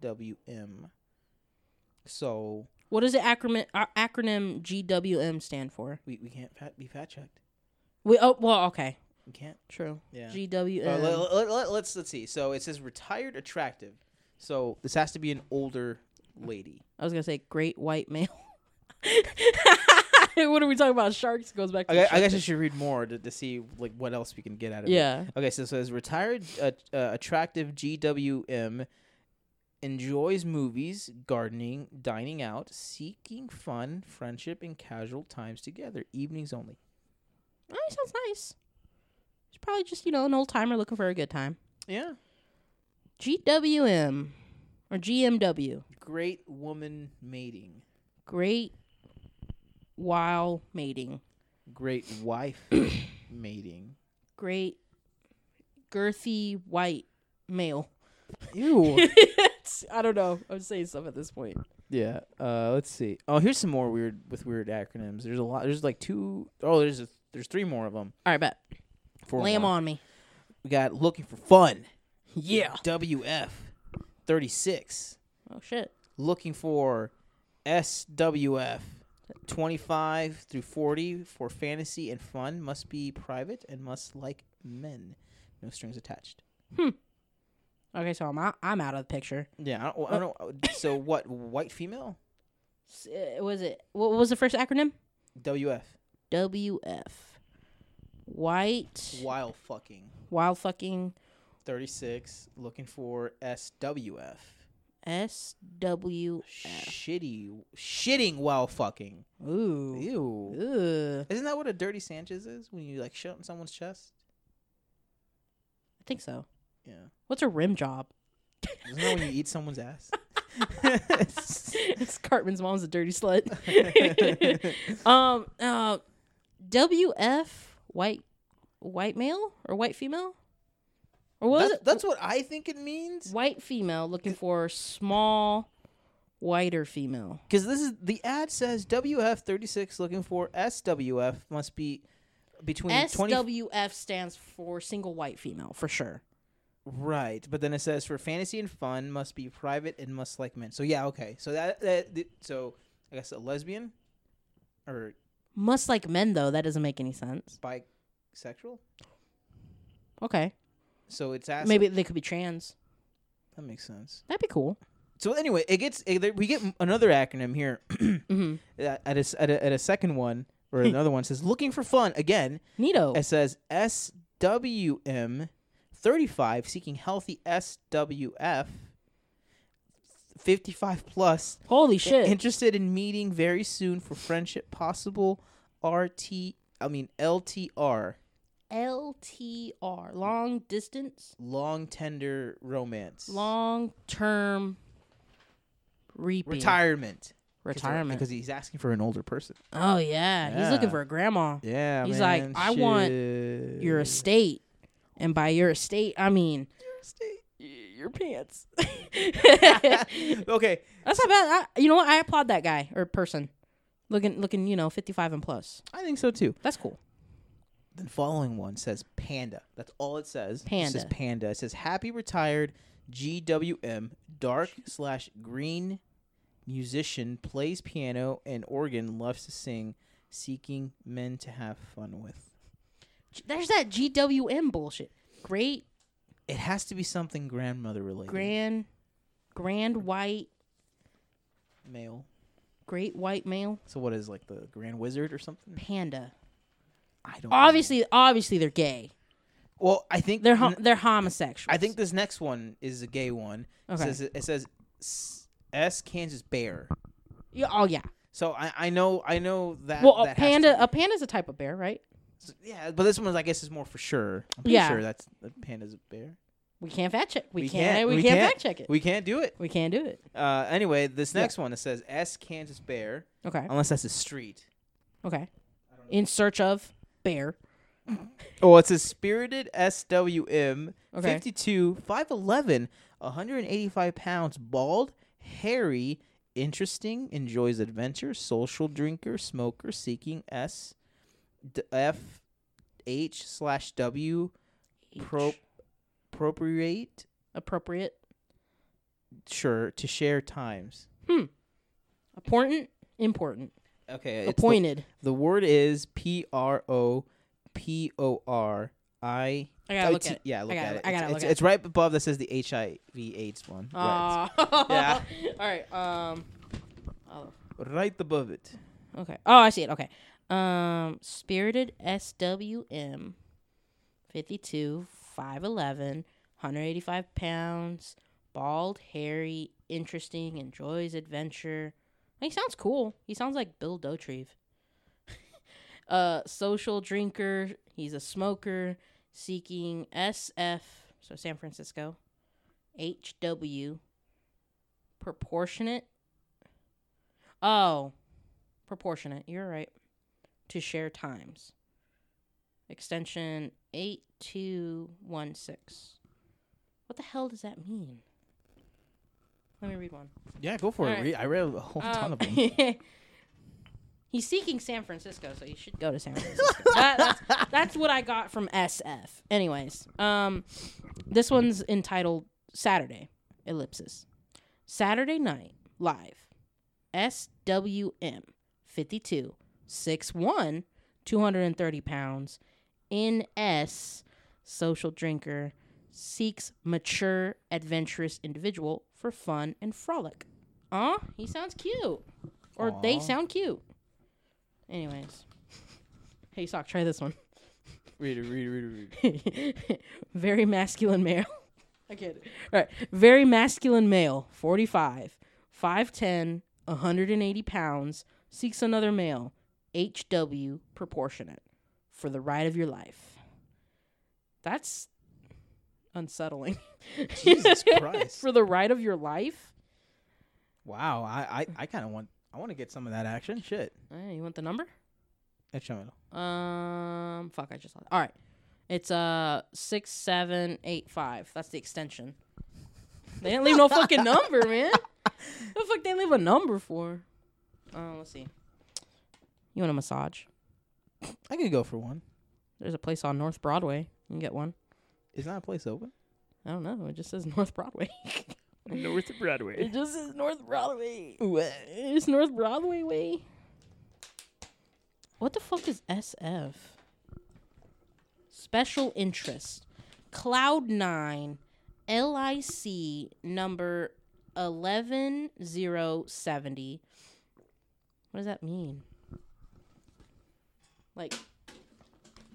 GWM. So What does the acronym uh, acronym GWM stand for? we, we can't fat, be fat checked. We oh well okay. You can't. True. Yeah. GW. Uh, let, let, let, let's let's see. So it says retired attractive. So this has to be an older lady. I was gonna say great white male. what are we talking about? Sharks goes back. To I, gu- I shark guess I thing. should read more to, to see like what else we can get out of it. Yeah. Okay, so it says retired uh, uh, attractive GWM enjoys movies, gardening, dining out, seeking fun, friendship, and casual times together, evenings only. Oh, he sounds nice. He's probably just you know an old timer looking for a good time. Yeah, GWM or GMW. great woman mating, Great while mating. great wife mating. Great girthy white male. Ew. It's- I don't know. I'm saying stuff at this point. yeah. Uh, let's see. Oh, here's some more weird with weird acronyms. There's a lot. There's like two oh there's a, there's three more of them. All right, bet. Four Lay 'em more. on me. We got looking for fun. Yeah. WF, thirty six. Oh shit. looking for SWF 25 through 40 for fantasy and fun must be private and must like men. No strings attached. Okay, so I'm out, I'm out of the picture. Yeah, I don't, I don't so what white female? S- uh, was it what was the first acronym? WF. WF. White Wild fucking wild fucking 36 looking for SWF. SW. Shitty shitting while fucking. Ooh. Ew. Ooh. Isn't that what a dirty Sanchez is when you like shit on someone's chest? I think so. Yeah. What's a rim job? Isn't that when you eat someone's ass? it's Cartman's mom's a dirty slut. um, uh, WF white white male or white female or what was That's, it? that's what I think it means. white female looking for small whiter female. Because this is the ad says WF36 looking for SWF must be between 20 SWF stands for single white female for sure. right, but then it says for fantasy and fun must be private and must like men. So yeah, okay. So that, that the, so I guess a lesbian or Must like men though. That doesn't make any sense. bisexual. Okay, So it's asked. maybe they could be trans. that makes sense. That'd be cool. So anyway, it gets it, there- we get another acronym here Mm-hmm. at a, s- at a at a second one Hmm. or another one says looking for fun again Neato. It says SWM 35 seeking healthy SWF 55 plus Holy shit. interested in meeting very soon for friendship possible RT I mean LTR LTR, long distance, long tender romance long term reaping. retirement 'Cause they're- Retirement. because he's asking for an older person oh, yeah. He's looking Yeah. for a grandma. yeah He's like, man, "I want shit." Your estate. And by your estate, I mean y- your pants. That's okay not bad. I, you know what? I applaud that guy or person. Looking, looking, you know, 55 and plus. I think so too That's cool. Then following one says panda. That's all it says. It says Panda. panda. It says happy retired GWM dark slash green musician plays piano and organ loves to sing seeking men to have fun with. G- There's that GWM bullshit. Great, It has to be something grandmother related. grand, grand white, male. great white male So what is like the grand wizard or something? panda. I don't know. Obviously, obviously they're gay. Well, I think They're hom- they're homosexual. I think this next one is a gay one. Okay. It says it says S- S Kansas bear. Yeah, oh yeah. So I, I know I know that. Well, a that has to panda be- a panda's a type of bear, right? So, yeah, but this one I guess is more for sure. I'm pretty Yeah. sure that's the panda's a bear. We can't fact check. We, We can't, can't- We, we can't, can't. fact check it. We, We can't do it. can't do it. Uh, anyway, this Yeah. next one it says S Kansas bear, Okay. unless that's a street. Okay. In search of bear. Oh, it says spirited SWM Okay. 52 511 185 pounds bald hairy interesting enjoys adventure social drinker smoker seeking S D- F H slash W Pro- H. appropriate appropriate. sure to share times. Important. Important. Okay, it's the- Appointed. The, word is P R O P O R I. I gotta look it's- at it. Yeah, look gotta- at it. I gotta it's, look it's, at it. it's right above that says the HIV/AIDS one. Right. Aw. Yeah. Ah. All right. Um. oh, Right above it. okay. Oh, I see it. Okay. Um. Spirited SWM. 52, 5'11, 185 pounds, bald, hairy, interesting, enjoys adventure. He sounds cool. He sounds like Bill Dotrieve. uh, social drinker. He's a smoker seeking SF, so San Francisco, HW, proportionate. Oh, proportionate. You're right. To share times. Extension 8216. What the hell does that mean? Let me read one. Yeah, go for All it. right. Re- I read a whole ton Um, of them. He's seeking San Francisco, so you should go to San Francisco. That- that's, that's what I got from SF. Anyways, um, this one's entitled Saturday Ellipsis. Saturday night live. SWM 52 61 230 pounds. NS social drinker seeks mature adventurous individual for fun and frolic. Aw, he sounds cute. Or they Aw. sound cute. Anyways. Hey Sock, try this one. read it. Read it. Read it. Read it. Very masculine male. I get it. All right. Very masculine male, 45, 5'10, 180 pounds, seeks another male, HW proportionate, for the ride of your life. That's unsettling. Jesus Christ. for the ride of your life? Wow. I I, I kind of want. I want to get some of that action. Shit. Uh, you want the number? That's showing. Um, fuck, I just lost. All right, it's uh six seven eight five. That's the extension. They didn't leave no fucking number, man. What the fuck they leave a number for? Uh, let's see. You want a massage? I could go for one. There's a place on North Broadway. You can get one. Is that a place open? I don't know. It just says North Broadway. North Broadway. it just says North Broadway. It's North Broadway way. What the fuck is SF? Special interest. Cloud nine, LIC number eleven zero seventy. What does that mean? Like,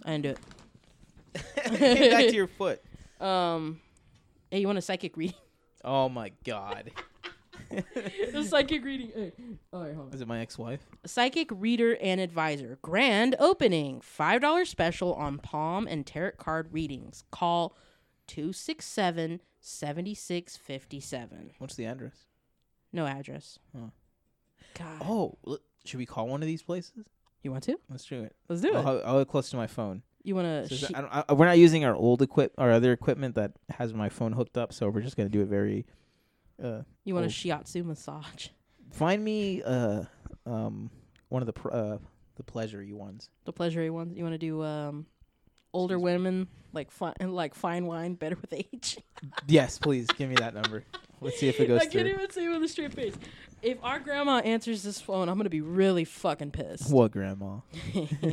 I didn't do it. Get back to your foot. Um, hey, you want a psychic reading? Oh my God. a psychic reading. Hey, all right, hold on. Is it my ex-wife? Psychic Reader and Advisor. Grand opening. $5 special on palm and tarot card readings. Call 267 7657. What's the address? No address. Huh. God. Oh, l- should we call one of these places? You want to? Let's do it. Let's do I'll, it. have- I'll have it close to my phone. you want to? So I don't, I, we're not using our old equip, our other equipment that has my phone hooked up, so we're just gonna do it very. Uh, you want a old. shiatsu massage? find me uh, um, one of the pr- uh, the pleasure you ones. The pleasure ones. You want to do um, older women like fine like fine wine better with age. yes, please give me that number. Let's see if it goes I can't through. even say with a straight face. If our grandma answers this phone, I'm gonna be really fucking pissed. What, Grandma?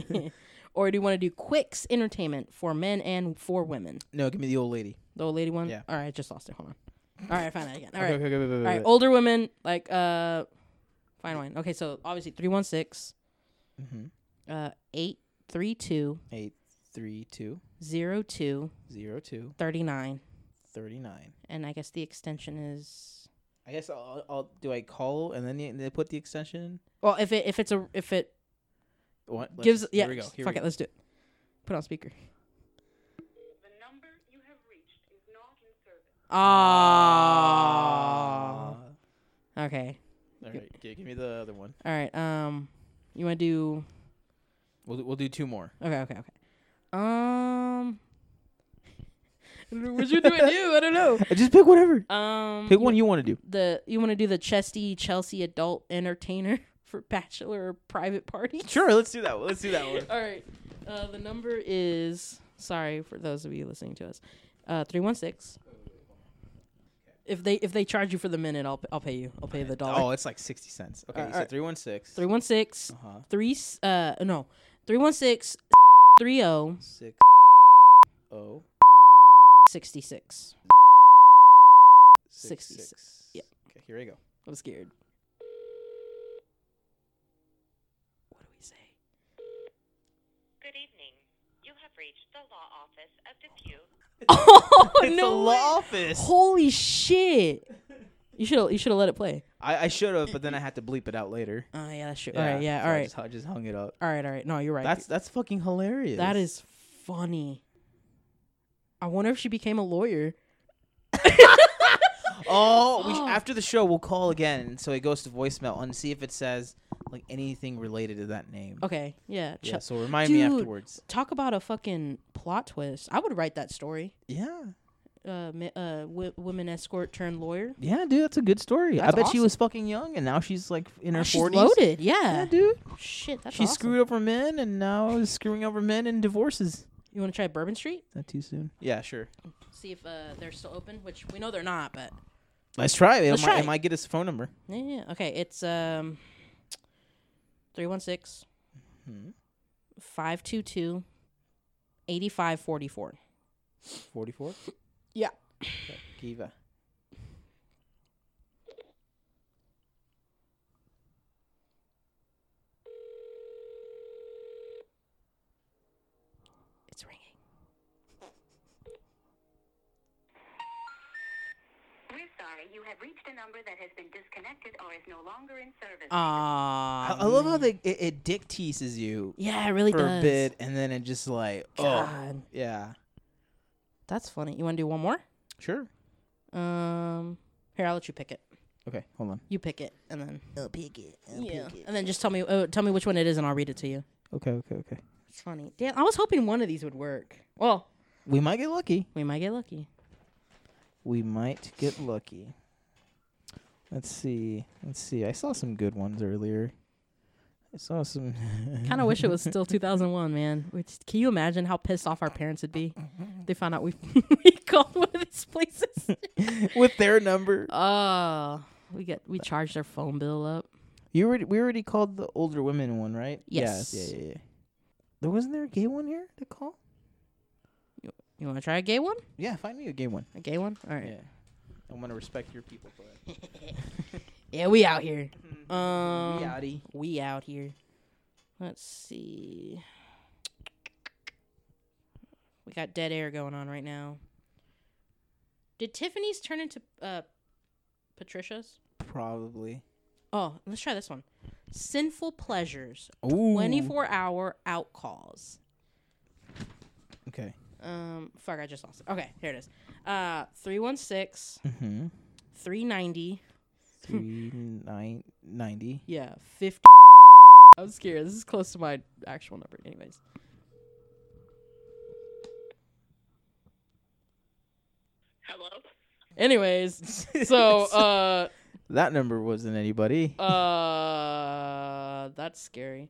or do you want to do Quicks Entertainment for men and for women? No, give me the old lady. The old lady one. Yeah. All right, I just lost it. Hold on. All right, I found that again. All right. Okay, okay, okay, okay, All right. okay. Older women like uh, fine wine. Okay, so obviously three one six Mhm. uh eight three two Eight three two zero two zero two thirty nine, thirty nine. and I guess the extension is. I guess I'll, I'll do I call and then they- they put the extension. in? Well, if it if it's a if it What Let's gives just- yeah, Here we go. Here fuck we it, go. let's do it. Put on speaker. The number you have reached is not in service. Ah. Ah. Okay. All right, gi- give me the other one. All right. Um, you want to do We'll do- we'll do two more. Okay, okay, okay. Um, what you doing? You, I don't know. Just pick whatever. Um, Pick one you want to do. The you want to do the Chesty Chelsea adult entertainer for bachelor or private party? Sure, let's do that. one. Let's do that one. All right. Uh, the number is sorry for those of you listening to us. Uh, three one six. If they if they charge you for the minute, I'll I'll pay you. I'll pay you the dollar. Oh, it's like sixty cents. Okay, All you right. said three one six. Three one six Uh huh. oh three s- uh no three one six three zero Six. O 66. six 66. six. Yep. Okay, here we go. I'm scared. What do we say? Good evening. You have reached the law office of Depew. Oh it's no! the way. law office. Holy shit! You should you should have let it play. I, I should have, but then I had to bleep it out later. Oh yeah, that's true. all right, yeah, so all I right, just, I just hung it up. all right, all right. No, you're right. That's that's fucking hilarious. that is funny. I wonder if she became a lawyer. Oh, we sh- Oh. after the show we'll call again, so it goes to voicemail and see if it says like anything related to that name. Okay, yeah. Ch- Yeah, so remind me Dude. afterwards. Talk about a fucking plot twist. I would write that story. Yeah, Uh, mi- uh, w- women escort turned lawyer. yeah, dude, that's a good story. I That's bet she awesome. was fucking young, and now she's like in her Oh, she's forties. loaded. Yeah, Yeah. Oh, dude, Shit, that's she awesome. screwed over men, and now is screwing over men in divorces. You want to try Bourbon Street? Not too soon. Yeah, sure. See if uh, they're still open, which we know they're not, but Let's try it. It, Let's might, try it it. might get us a phone number. yeah, yeah. Okay, it's um 316 Mm-hmm. 522 8544. Forty-four. Yeah. Okay, Kiva. It's ringing. We're sorry. You have reached a number that has been disconnected or is no longer in service. Uh, I, Ah. I love how they it, it dick teases you Yeah, it really for does. a bit, and then it just like oh God. yeah, That's funny. You want to do one more? sure. Um here, I'll let you pick it. Okay, hold on. You pick it and then I'll pick it. I'll yeah. pick it. And then just tell me uh, tell me which one it is and I'll read it to you. Okay, okay, okay. It's funny. Damn, I was hoping one of these would work. Well, We might get lucky. we might get lucky. We might get lucky. Let's see. Let's see. I saw some good ones earlier. I saw some. kind of wish it was still 2001, man. Which can you imagine how pissed off our parents would be? if They found out we, we called one of these places. with their number. Oh, we get we charged their phone bill up. You already we already called the older women one, right? Yes. Yeah, yeah, yeah. There wasn't there a gay one here to call? You want to try a gay one? Yeah, find me a gay one. A gay one? All right. Yeah. I want to respect your people for that. Yeah, we out here. Mm-hmm. Um, we out. Yachty. here. Let's see. We got dead air going on right now. Did Tiffany's turn into uh, Patricia's? Probably. Oh, let's try this one. Sinful pleasures, Ooh. twenty-four hour out calls. Okay. Um, fuck, I just lost it. Okay, here it is. Uh, 316, Mm-hmm. 390, Three nine ninety. yeah, 50. I'm scared. This is close to my actual number, anyways. Hello? Anyways, so uh, That number wasn't anybody. uh, that's scary.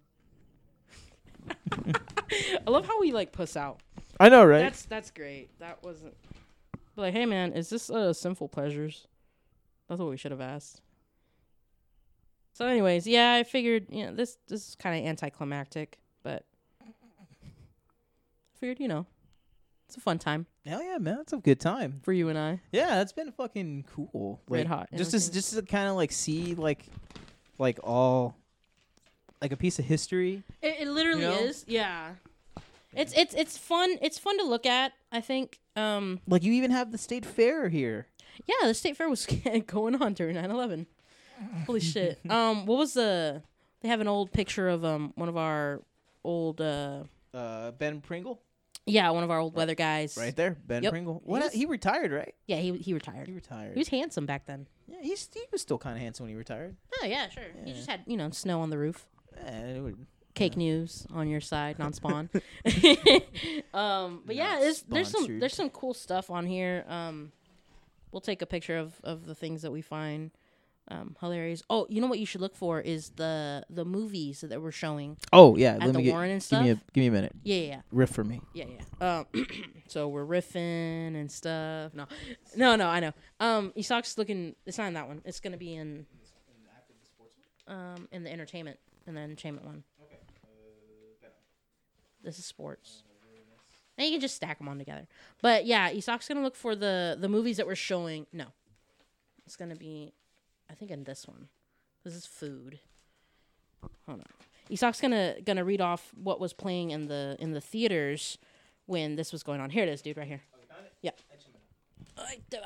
I love how we like puss out. I know, right? That's that's great. That wasn't but like, hey man, is this uh sinful pleasures? That's what we should have asked. So, anyways, yeah, I figured you know this this is kind of anticlimactic, but I figured you know it's a fun time Hell yeah, man! It's a good time. for you and I. Yeah, it's been fucking cool. Red Like, hot and Just to s- everything. just to kind of like see like like all like a piece of history. It, it literally You know? is, yeah. It's it's it's fun. It's fun to look at. I think. Um, Like you even have the state fair here. yeah, the state fair was going on during 9-11. Holy shit. Um, what was the? They have an old picture of um one of our old uh Uh, Ben Pringle, yeah one of our old weather guys. right there. Ben Yep. Pringle. What? He's- He retired, right? Yeah, he he He retired. retired. He was handsome back then. yeah, he's he was still kind of handsome when he retired. Oh yeah, sure. He just had you know snow on the roof. Eh, it would- Cake news on your side, non-spawn. um, but yeah, Not there's, there's some sponsored. there's some cool stuff on here. Um, we'll take a picture of, of the things that we find um, hilarious. Oh, you know what you should look for is the the movies that we're showing. Oh yeah, the Warren and Give me a stuff? give me a minute. Yeah, yeah, Riff for me. yeah, yeah. yeah. Um, so we're riffing and stuff. No, no, no. I know. Um, Isak's looking. It's not in that one. It's gonna be in. Um, in the entertainment, in the entertainment one. This is sports. And you can just stack them on together. But yeah, Isak's gonna look for the the movies that we're showing. No, it's gonna be, I think, in this one. This is food. Hold on. Isak's gonna gonna read off what was playing in the in the theaters when this was going on. Here it is, dude, right here. Yeah. Ay, da-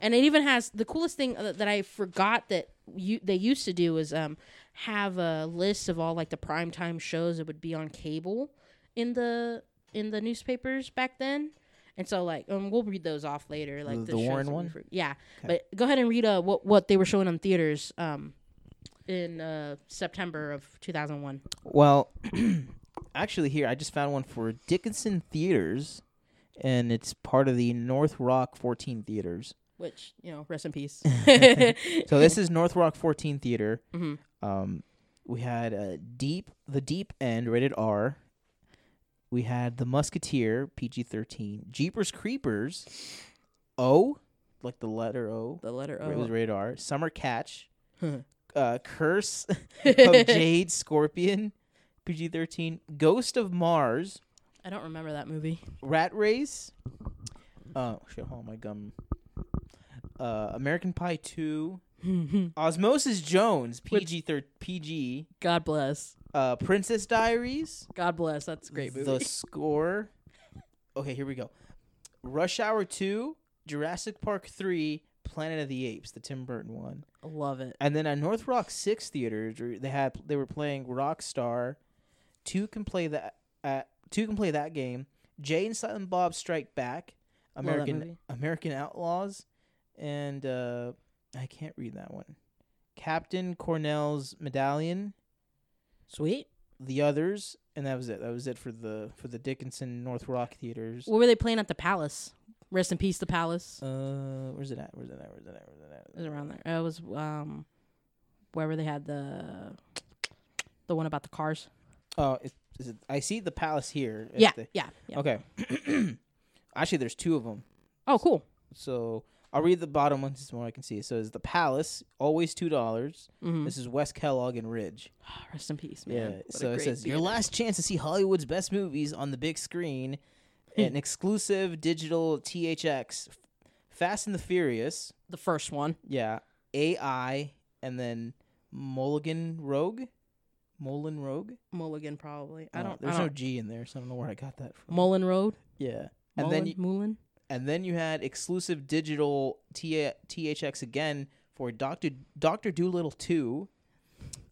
And it even has the coolest thing that that I forgot that you they used to do is um have a list of all like the primetime shows that would be on cable in the in the newspapers back then. And so like um, we'll read those off later like The- the shows Warren that we one? for- yeah. But go ahead and read uh, what what they were showing in theaters um in uh September of 2001. Well, actually, here I just found one for Dickinson Theaters, and it's part of the North Rock 14 Theaters. Which, you know, rest in peace. Mm-hmm. So this is North Rock 14 Theater. Mhm. Um, we had uh, Deep, The Deep End, rated R. We had The Musketeer, PG 13. Jeepers Creepers, O, like the letter O. the letter It was O. rated R. Summer Catch, uh, Curse of Jade Scorpion, PG 13. Ghost of Mars, I don't remember that movie. Rat Race. Uh, shit, hold on, my gum. Uh, American Pie 2. Osmosis Jones, Which- PG, thir- PG. God bless. Uh, Princess Diaries. God bless. That's a great movie. The Score. Okay, here we go. Rush Hour 2, Jurassic Park 3, Planet of the Apes, the Tim Burton one. Love it. And then at North Rock Six Theater, Drew, they had they were playing Rockstar. Two can play that. Uh, two can play that game. Jay and Silent Bob Strike Back. that American movie. American Outlaws, and uh, I can't read that one. Captain Cornell's Medallion. Sweet. The others, and that was it. That was it for the for the Dickinson North Rock theaters. What were they playing at the Palace? Rest in peace, the Palace. Uh, where's it at? Where's it at? Where's it at? Where's it at? It was around there. It was um, wherever they had the the one about the cars. Oh, it, is it? I see the palace here. It's Yeah, the- Oh. yeah, yeah. Okay. Actually, there's two of them. Oh, cool. So I'll read the bottom one. This is more I can see. It says the Palace, always two dollars. Mhm. This is West Kellogg and Ridge. Rest in peace, man. What a so it great says your theater. last chance to see Hollywood's best movies on the big screen, an exclusive digital THX, Fast and the Furious. the first one. Yeah, AI, and then Mulligan Rogue, Mullen Rogue. Mulligan, probably. I Uh, don't. There's I don't. no G in there, so I don't know where I got that from. Mullen Road. yeah, and Mullen, then you, Mullen. and then you had exclusive digital T- THX again for Doctor Doctor Doolittle two,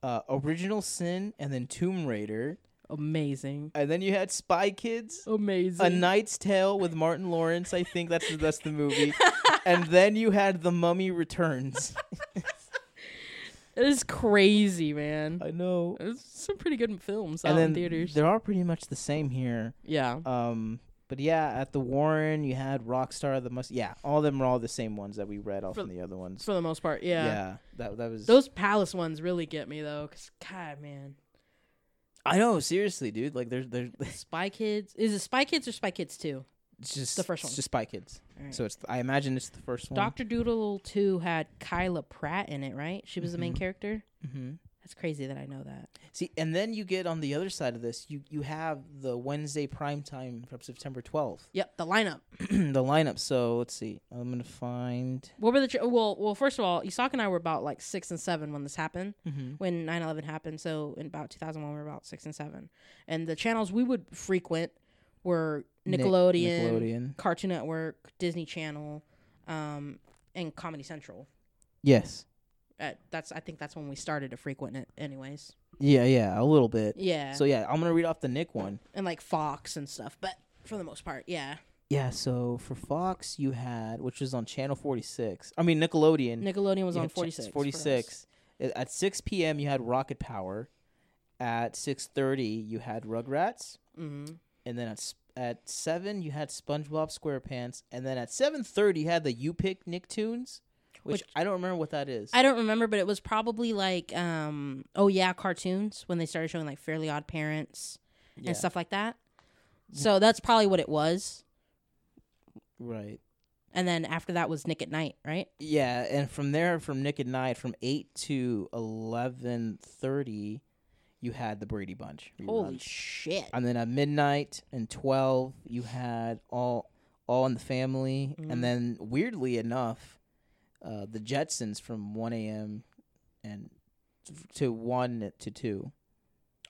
uh, Original Sin, and then Tomb Raider, Amazing. and then you had Spy Kids, Amazing. A Knight's Tale with Martin Lawrence. I think that's that's the movie, and then you had The Mummy Returns. it is crazy, man. I know. It's some pretty good films out And then in theaters. they're all pretty much the same here. Yeah. Um, but yeah, at the Warren you had Rockstar, the must. Yeah, all of them are all the same ones that we read off For- from the other ones. For the most part, Yeah. yeah. that that was Those palace ones really get me though, cause God, man, I know, seriously, dude. Like, there's there's Spy Kids is it Spy Kids or Spy Kids Two? it's just The first it's one. just Spy Kids. Alright. So it's I imagine it's the first one. Doctor Doodle Two had Kyla Pratt in it, right? She was the main character. hmm That's crazy that I know that. See, and then you get on the other side of this. You you have the Wednesday prime time from September twelfth, Yep, the lineup. the lineup. So let's see. I'm gonna find. What were the tr- well? Well, first of all, Isak and I were about like six and seven when this happened, Mhm. when 9-11 happened. So in about two thousand one, we were about six and seven, and the channels we would frequent were Nick- Nickelodeon. Cartoon Network, Disney Channel, um, and Comedy Central. Yes. Uh, that's I think that's when we started to frequent it, anyways. Yeah, yeah, a little bit. Yeah, So yeah, I'm gonna read off the Nick one. and like Fox and stuff, but for the most part, yeah, Yeah, so for Fox, you had which was on Channel 46. I mean Nickelodeon. Nickelodeon was Mm. you on had Ch- forty six. 46. A- At 6 p.m. you had Rocket Power. At 6:30 you had Rugrats, Mm-hmm. and then at s- at 7 you had SpongeBob SquarePants, and then at 7:30 you had the You Pick Nicktoons, which, Which- I don't remember what that is. I don't remember, but it was probably like um oh yeah cartoons when they started showing like Fairly Odd Parents Yeah, Mm. and stuff like that. So that's probably what it was. Right. And then after that was Nick at Night, right? Yeah, and from there, from Nick at Night, from eight to eleven thirty, you had the Brady Bunch. Holy reruns. shit. and then at midnight and 12 you had all all in the family Mhm. and then weirdly enough uh, the jetsons from 1 a.m and to 1 to 2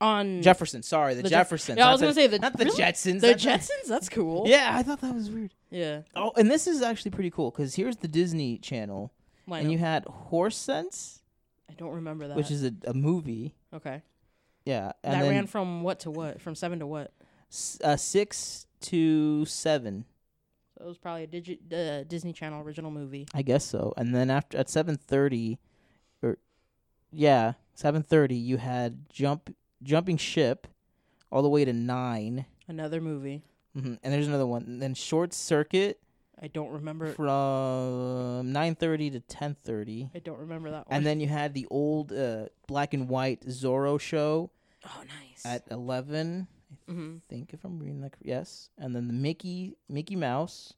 On jefferson sorry the, Mm. The Jeff- jeffersons Yeah, I not was the- gonna say the- not the really? jetsons the Oh. I thought- Jetsons? That's cool. yeah i thought that was weird Yeah. oh and this is actually pretty cool because here's the disney channel Why and not? you had horse sense I don't remember that. which is a, a movie okay. yeah and That then ran from what to what? From seven to what? s- uh, 6 to 7 So it was probably a digi- uh, Disney Channel original movie. I guess so. And then after at seven thirty, or yeah, seven thirty, you had jump jumping ship, all the way to 9 Another movie. Mm-hmm. And there's another one. And then short circuit I don't remember. from nine thirty to ten thirty. I don't remember that one. And then you had the old uh, black and white Zorro show oh, nice. at eleven. hmm think if I'm reading that cor- yes, and then the Mickey Mickey Mouse,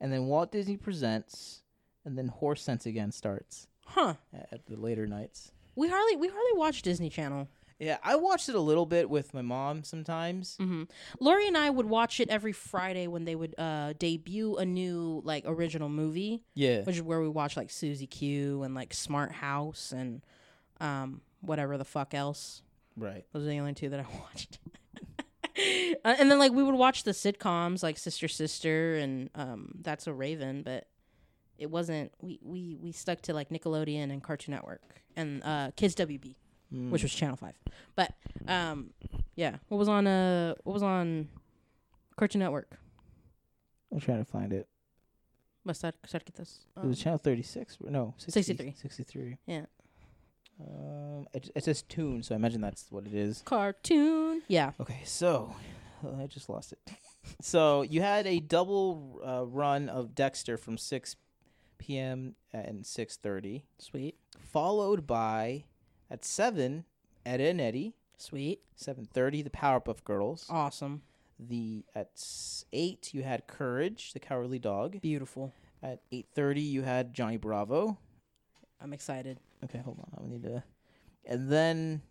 and then Walt Disney presents, and then Horse Sense again starts Huh. at, at the later nights. We hardly we hardly watch Disney Channel. Yeah, I watched it a little bit with my mom sometimes. Mm-hmm. Lori and I would watch it every Friday when they would uh, debut a new like original movie, Yeah. which is where we watch like Susie Q and like Smart House and um, whatever the fuck else. Right. Those are the only two that I watched. Uh, and then like we would watch the sitcoms like Sister Sister and um, That's a Raven, but it wasn't. We we we stuck to like Nickelodeon and Cartoon Network and uh, Kids WB Mm. which was Channel Five. But um, yeah, what was on uh, what was on Cartoon Network? I'm trying to find it. Must I start get this? Um, It was channel 36. No, 63. 63. Oh. Yeah. Um, it, it says tune, so I imagine that's what it is. cartoon. Yeah, Okay, so I just lost it. so you had a double uh, run of Dexter from 6 p.m. and 6:30, sweet, followed by at 7 Ed and Eddie, sweet, 7:30 the Powerpuff Girls. awesome, the at s- eight you had courage the cowardly dog beautiful. at 8.30 you had johnny bravo I'm excited. okay hold on i need to and then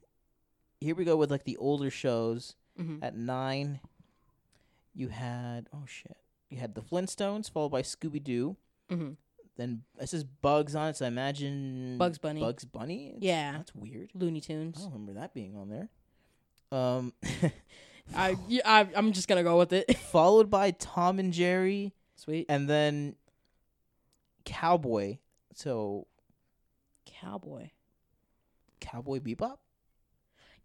here we go with like the older shows Mhm. at nine you had oh shit you had the flintstones followed by scooby-doo Mhm. then it says bugs on it so i imagine Bugs Bunny. bugs bunny It's- Yeah. that's weird Looney i Tunes. don't remember that being on there um I, yeah, I I'm just gonna go with it. followed by tom and jerry sweet and then cowboy so cowboy. cowboy bebop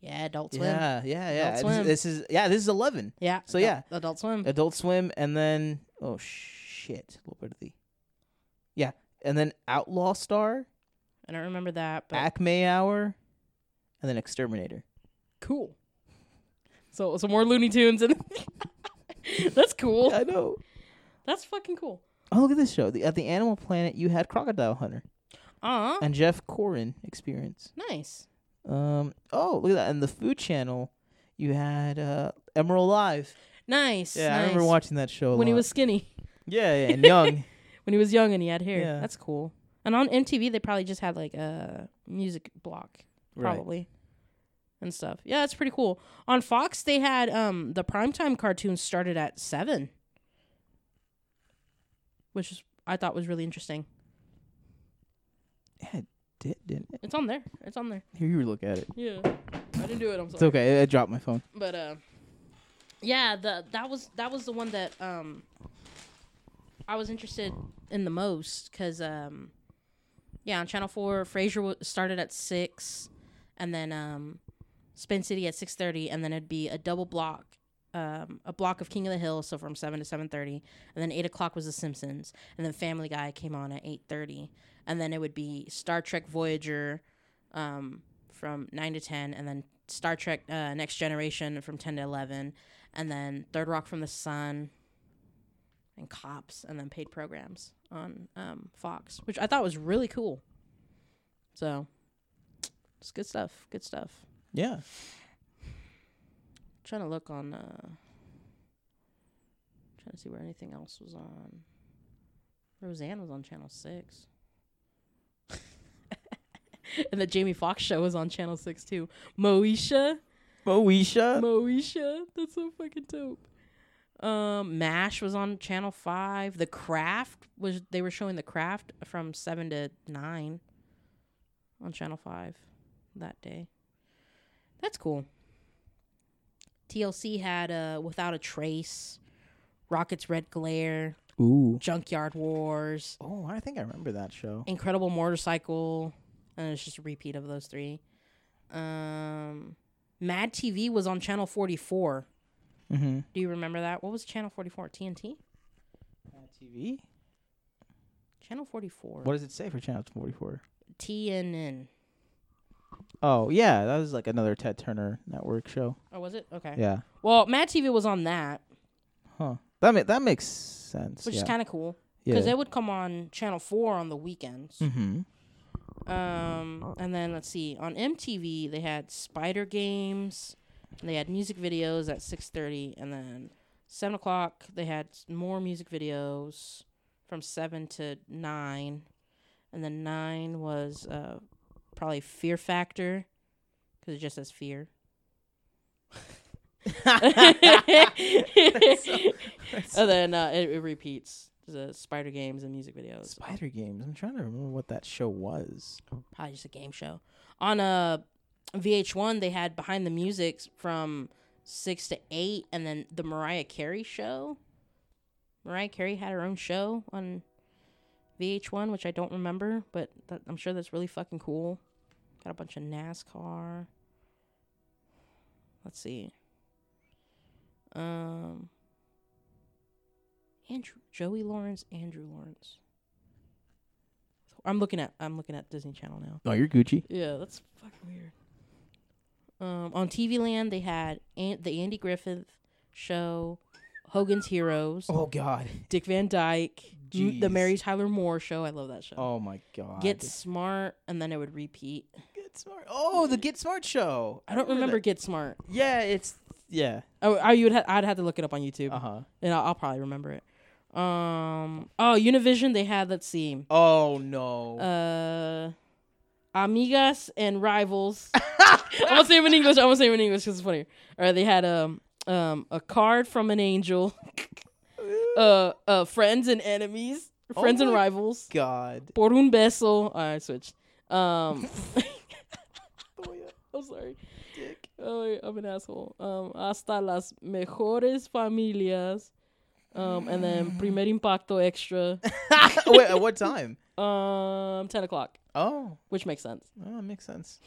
Yeah, Adult Swim. Yeah, yeah yeah yeah Adult This is- Swim. This, is yeah this is 11 So, yeah. Adult- Adult Swim. adult swim and then oh shit little bit of the yeah and then outlaw star I don't remember that, Oh. but acme hour and then exterminator cool. So some more Looney Tunes and that's cool. i know That's fucking cool. oh look at this show the, at the animal planet you had crocodile hunter Uh and jeff corin experience nice. um oh look at that and the food channel you had uh emerald live Nice. yeah i nice. remember watching that show a when he lot. was skinny, yeah yeah and young when he was young and he had hair. Yeah. That's cool. And on MTV, they probably just had like a music block, probably, and stuff. Yeah, that's pretty cool. On Fox, they had um the primetime cartoons started at seven, which is, I thought was really interesting. Yeah, it did, didn't it? It's on there. It's on there. Here, you look at it. Yeah, I didn't do it. I'm sorry. It's okay. I, I dropped my phone. but uh yeah the that was that was the one that um i was interested in the most because um yeah on channel 4 frasier w- started at 6 and then um spin city at 6.30 and then it'd be a double block um, a block of king of the hill so from 7 to 7.30 and then 8 o'clock was the simpsons and then family guy came on at 8.30 and then it would be star trek voyager um, from 9 to 10 and then star trek uh, next generation from 10 to 11 and then third rock from the sun and cops and then paid programs on um, fox which i thought was really cool so it's good stuff good stuff Yeah. trying to look on uh trying to see where anything else was on roseanne was on channel six and the jamie foxx show was on channel six too moesha Moesha. Moesha. That's so fucking dope. Um, Mash was on Channel Five. The Craft was they were showing The Craft from seven to nine on Channel Five that day. That's cool. TLC had uh, Without a Trace, Rocket's Red Glare, Ooh. Junkyard Wars, Oh, I think I remember that show. Incredible Motorcycle, and it's just a repeat of those three. Um, Mad TV was on Channel 44. Mm-hmm. Do you remember that? What was Channel 44? TNT? TV. Channel 44. What does it say for channel forty four? TNN. Oh yeah, that was like another Ted Turner network show. Oh, was it? Okay. Yeah. Well, Mad TV was on that, Huh. That ma- that makes sense. which yeah. is kind of cool yeah. because it would come on Channel 4 on the weekends. mm-hmm. Um, and then let's see. On MTV, they had Spider Games. And they had music videos at six thirty, and then seven o'clock they had s- more music videos from seven to nine, and then nine was uh, probably Fear Factor because it just says fear. and then uh, it, it repeats the Spider Games and music videos. Spider Games. I'm trying to remember what that show was. probably just a game show. On uh, VH1, they had Behind the Music from six to eight, and then the Mariah Carey show. Mariah Carey had her own show on VH1, which I don't remember, but that, I'm sure that's really fucking cool. Got a bunch of NASCAR. Let's see. Um, Andrew Joey Lawrence, Andrew Lawrence. I'm looking at I'm looking at Disney Channel now. Oh, you're Gucci. Yeah, that's fucking weird. Um, on TV Land, they had An- the Andy Griffith Show, Hogan's Heroes, Oh God. Dick Van Dyke, m- the Jeez. Mary Tyler Moore Show. I love that show. Oh my God. Get Smart, and then it would repeat. Get smart. Oh, the Get Smart show. I don't remember Get Smart. that. Yeah, it's yeah. Oh, I, you would ha- I'd have to look it up on YouTube, Uh huh. and I'll, I'll probably remember it. Um, oh, Univision, they had. Let's see, Oh no. uh, Amigas and Rivals. I'm gonna say them in English. I'm gonna say them in English because it's funnier. All right, they had um um a card from an angel, uh, uh friends and enemies, friends and my- rivals, God. por un beso. All right, I switched. Um, I'm sorry. Oh, yeah, I'm an asshole. Um, hasta las mejores familias. Um, and then primer impacto extra. Wait, at what time? Um, ten o'clock, Oh, which makes sense. oh, that makes sense.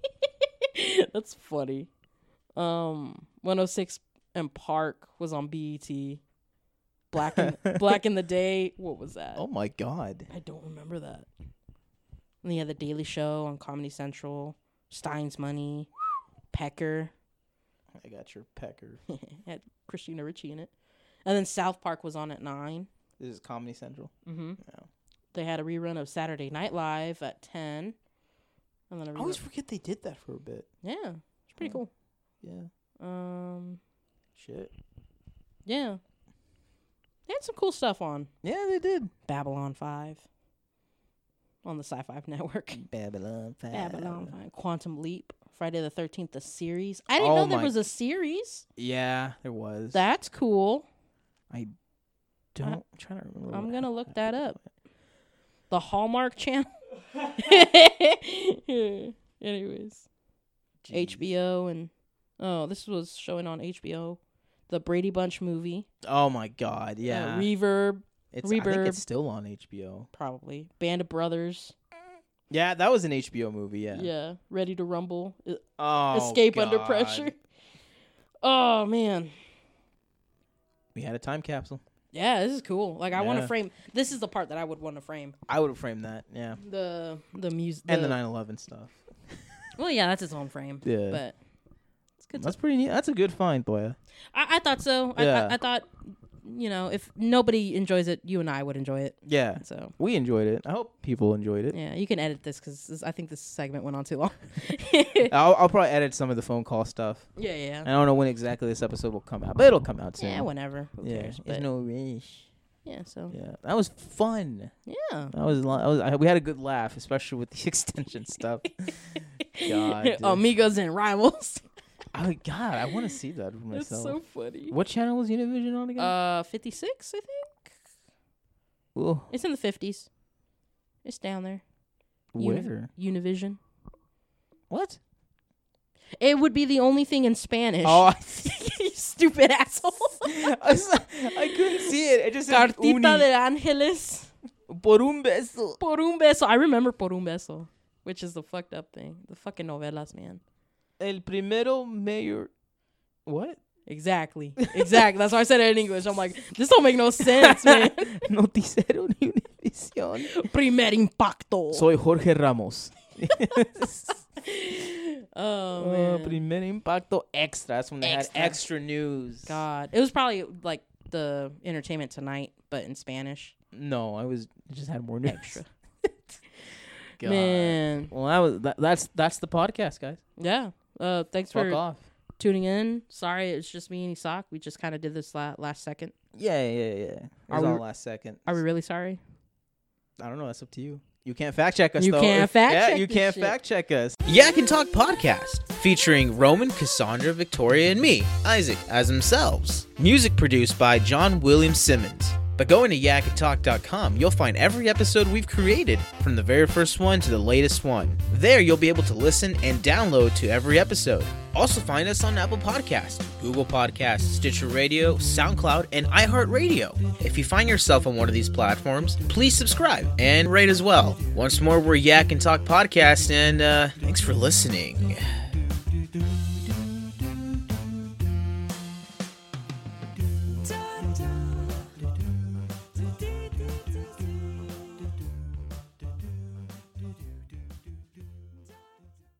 That's funny. Um, 106 and Park was on BET. Black in, Black in the Day. What was that? Oh my God. I don't remember that. And yeah, The Daily Show on Comedy Central. Stein's Money. Pecker I got your pecker. had Christina Ricci in it. And then South Park was on at 9. This is Comedy Central. Mm-hmm. Yeah. They had a rerun of Saturday Night Live at 10. And then a I rerun. always forget they did that for a bit. yeah, it's pretty cool. Yeah. Um, Shit. Yeah. They had some cool stuff on Yeah, they did. Babylon 5 on the Sci Fi Network. Babylon Five. Babylon 5. Quantum Leap. Friday the 13th, the series. I didn't Oh know there my- was a series. Yeah, there was. That's cool. Don't. uh, I'm trying to remember. I'm what going to happened. look that up. The Hallmark Channel. Anyways, Jeez. HBO and. Oh, this was showing on HBO. The Brady Bunch movie. Oh my God. uh, Yeah. Reverb, it's. I think Reverb. it's still on HBO. probably. Band of Brothers. Yeah, that was an HBO movie. Yeah. Yeah. Ready to Rumble. Uh, Oh. Escape Under God. Pressure. Oh man. We had a time capsule. Yeah, this is cool. Like I want to Yeah. frame this is the part that I would want to frame. I would have framed that. Yeah. The the music And the 9/11 stuff. Well, yeah, that's its own frame. Yeah. But it's good. That's pretty neat. That's a good find, Boya. I, I thought so. Yeah. I, I, I thought you know, if nobody enjoys it, you and I would enjoy it. Yeah. So We enjoyed it. I hope people enjoyed it. yeah, you can edit this because I think this segment went on too long. I'll, I'll probably edit some of the phone call stuff. yeah, yeah, I don't know when exactly this episode will come out, but it'll come out soon. yeah. Whenever, who Yeah, cares? there's But, no rush. yeah, so Yeah, that was fun. yeah. That was, a lot- that was I, we had a good laugh, Oh, especially with the extension stuff. God, dude. Amigos and rivals. Oh God, I want to see that for myself. funny. What channel was Univision on again? Uh, 56, I think. Ooh, It's in the 50s. It's down there. where? Univision. What? It would be the only thing in Spanish. Oh, I, you stupid asshole. I was- I couldn't see it. I just said Cartita uni. de Angeles por un beso. por un beso. I remember por un beso, which is the fucked up thing. The fucking novelas, man. El primero mayor. What? Exactly. Exactly. That's why I said it in English. I'm like, this don't make no sense, man. Noticiero de Univision. Primer impacto. Soy Jorge Ramos. oh, Uh, man. primer impacto extra. That's when they Extra. had extra news. God. It was probably like the entertainment tonight, but in Spanish. No, I was I just had more news. Extra. God. Man. Well, that was that, that's that's the podcast, guys. Yeah. Uh, thanks Fuck for off. tuning in. Sorry, it's just me and Isak. We just kind of did this la- last second. Yeah, yeah, yeah. It Are was all we- last second. Are we really sorry? I don't know. That's up to you. You can't fact check us. You though. can't fact yeah, check you this can't shit. fact check us. Yak and Talk podcast featuring Roman, Cassandra, Victoria, and me, Isaac, as themselves. Music produced by John William Simmons. By going to yakandtalk.com, you'll find every episode we've created, from the very first one to the latest one. There, you'll be able to listen and download to every episode. Also, find us on Apple Podcasts, Google Podcasts, Stitcher Radio, SoundCloud, and iHeartRadio. If you find yourself on one of these platforms, please subscribe and rate as well. Once more, we're Yak and Talk Podcast, and uh, thanks for listening.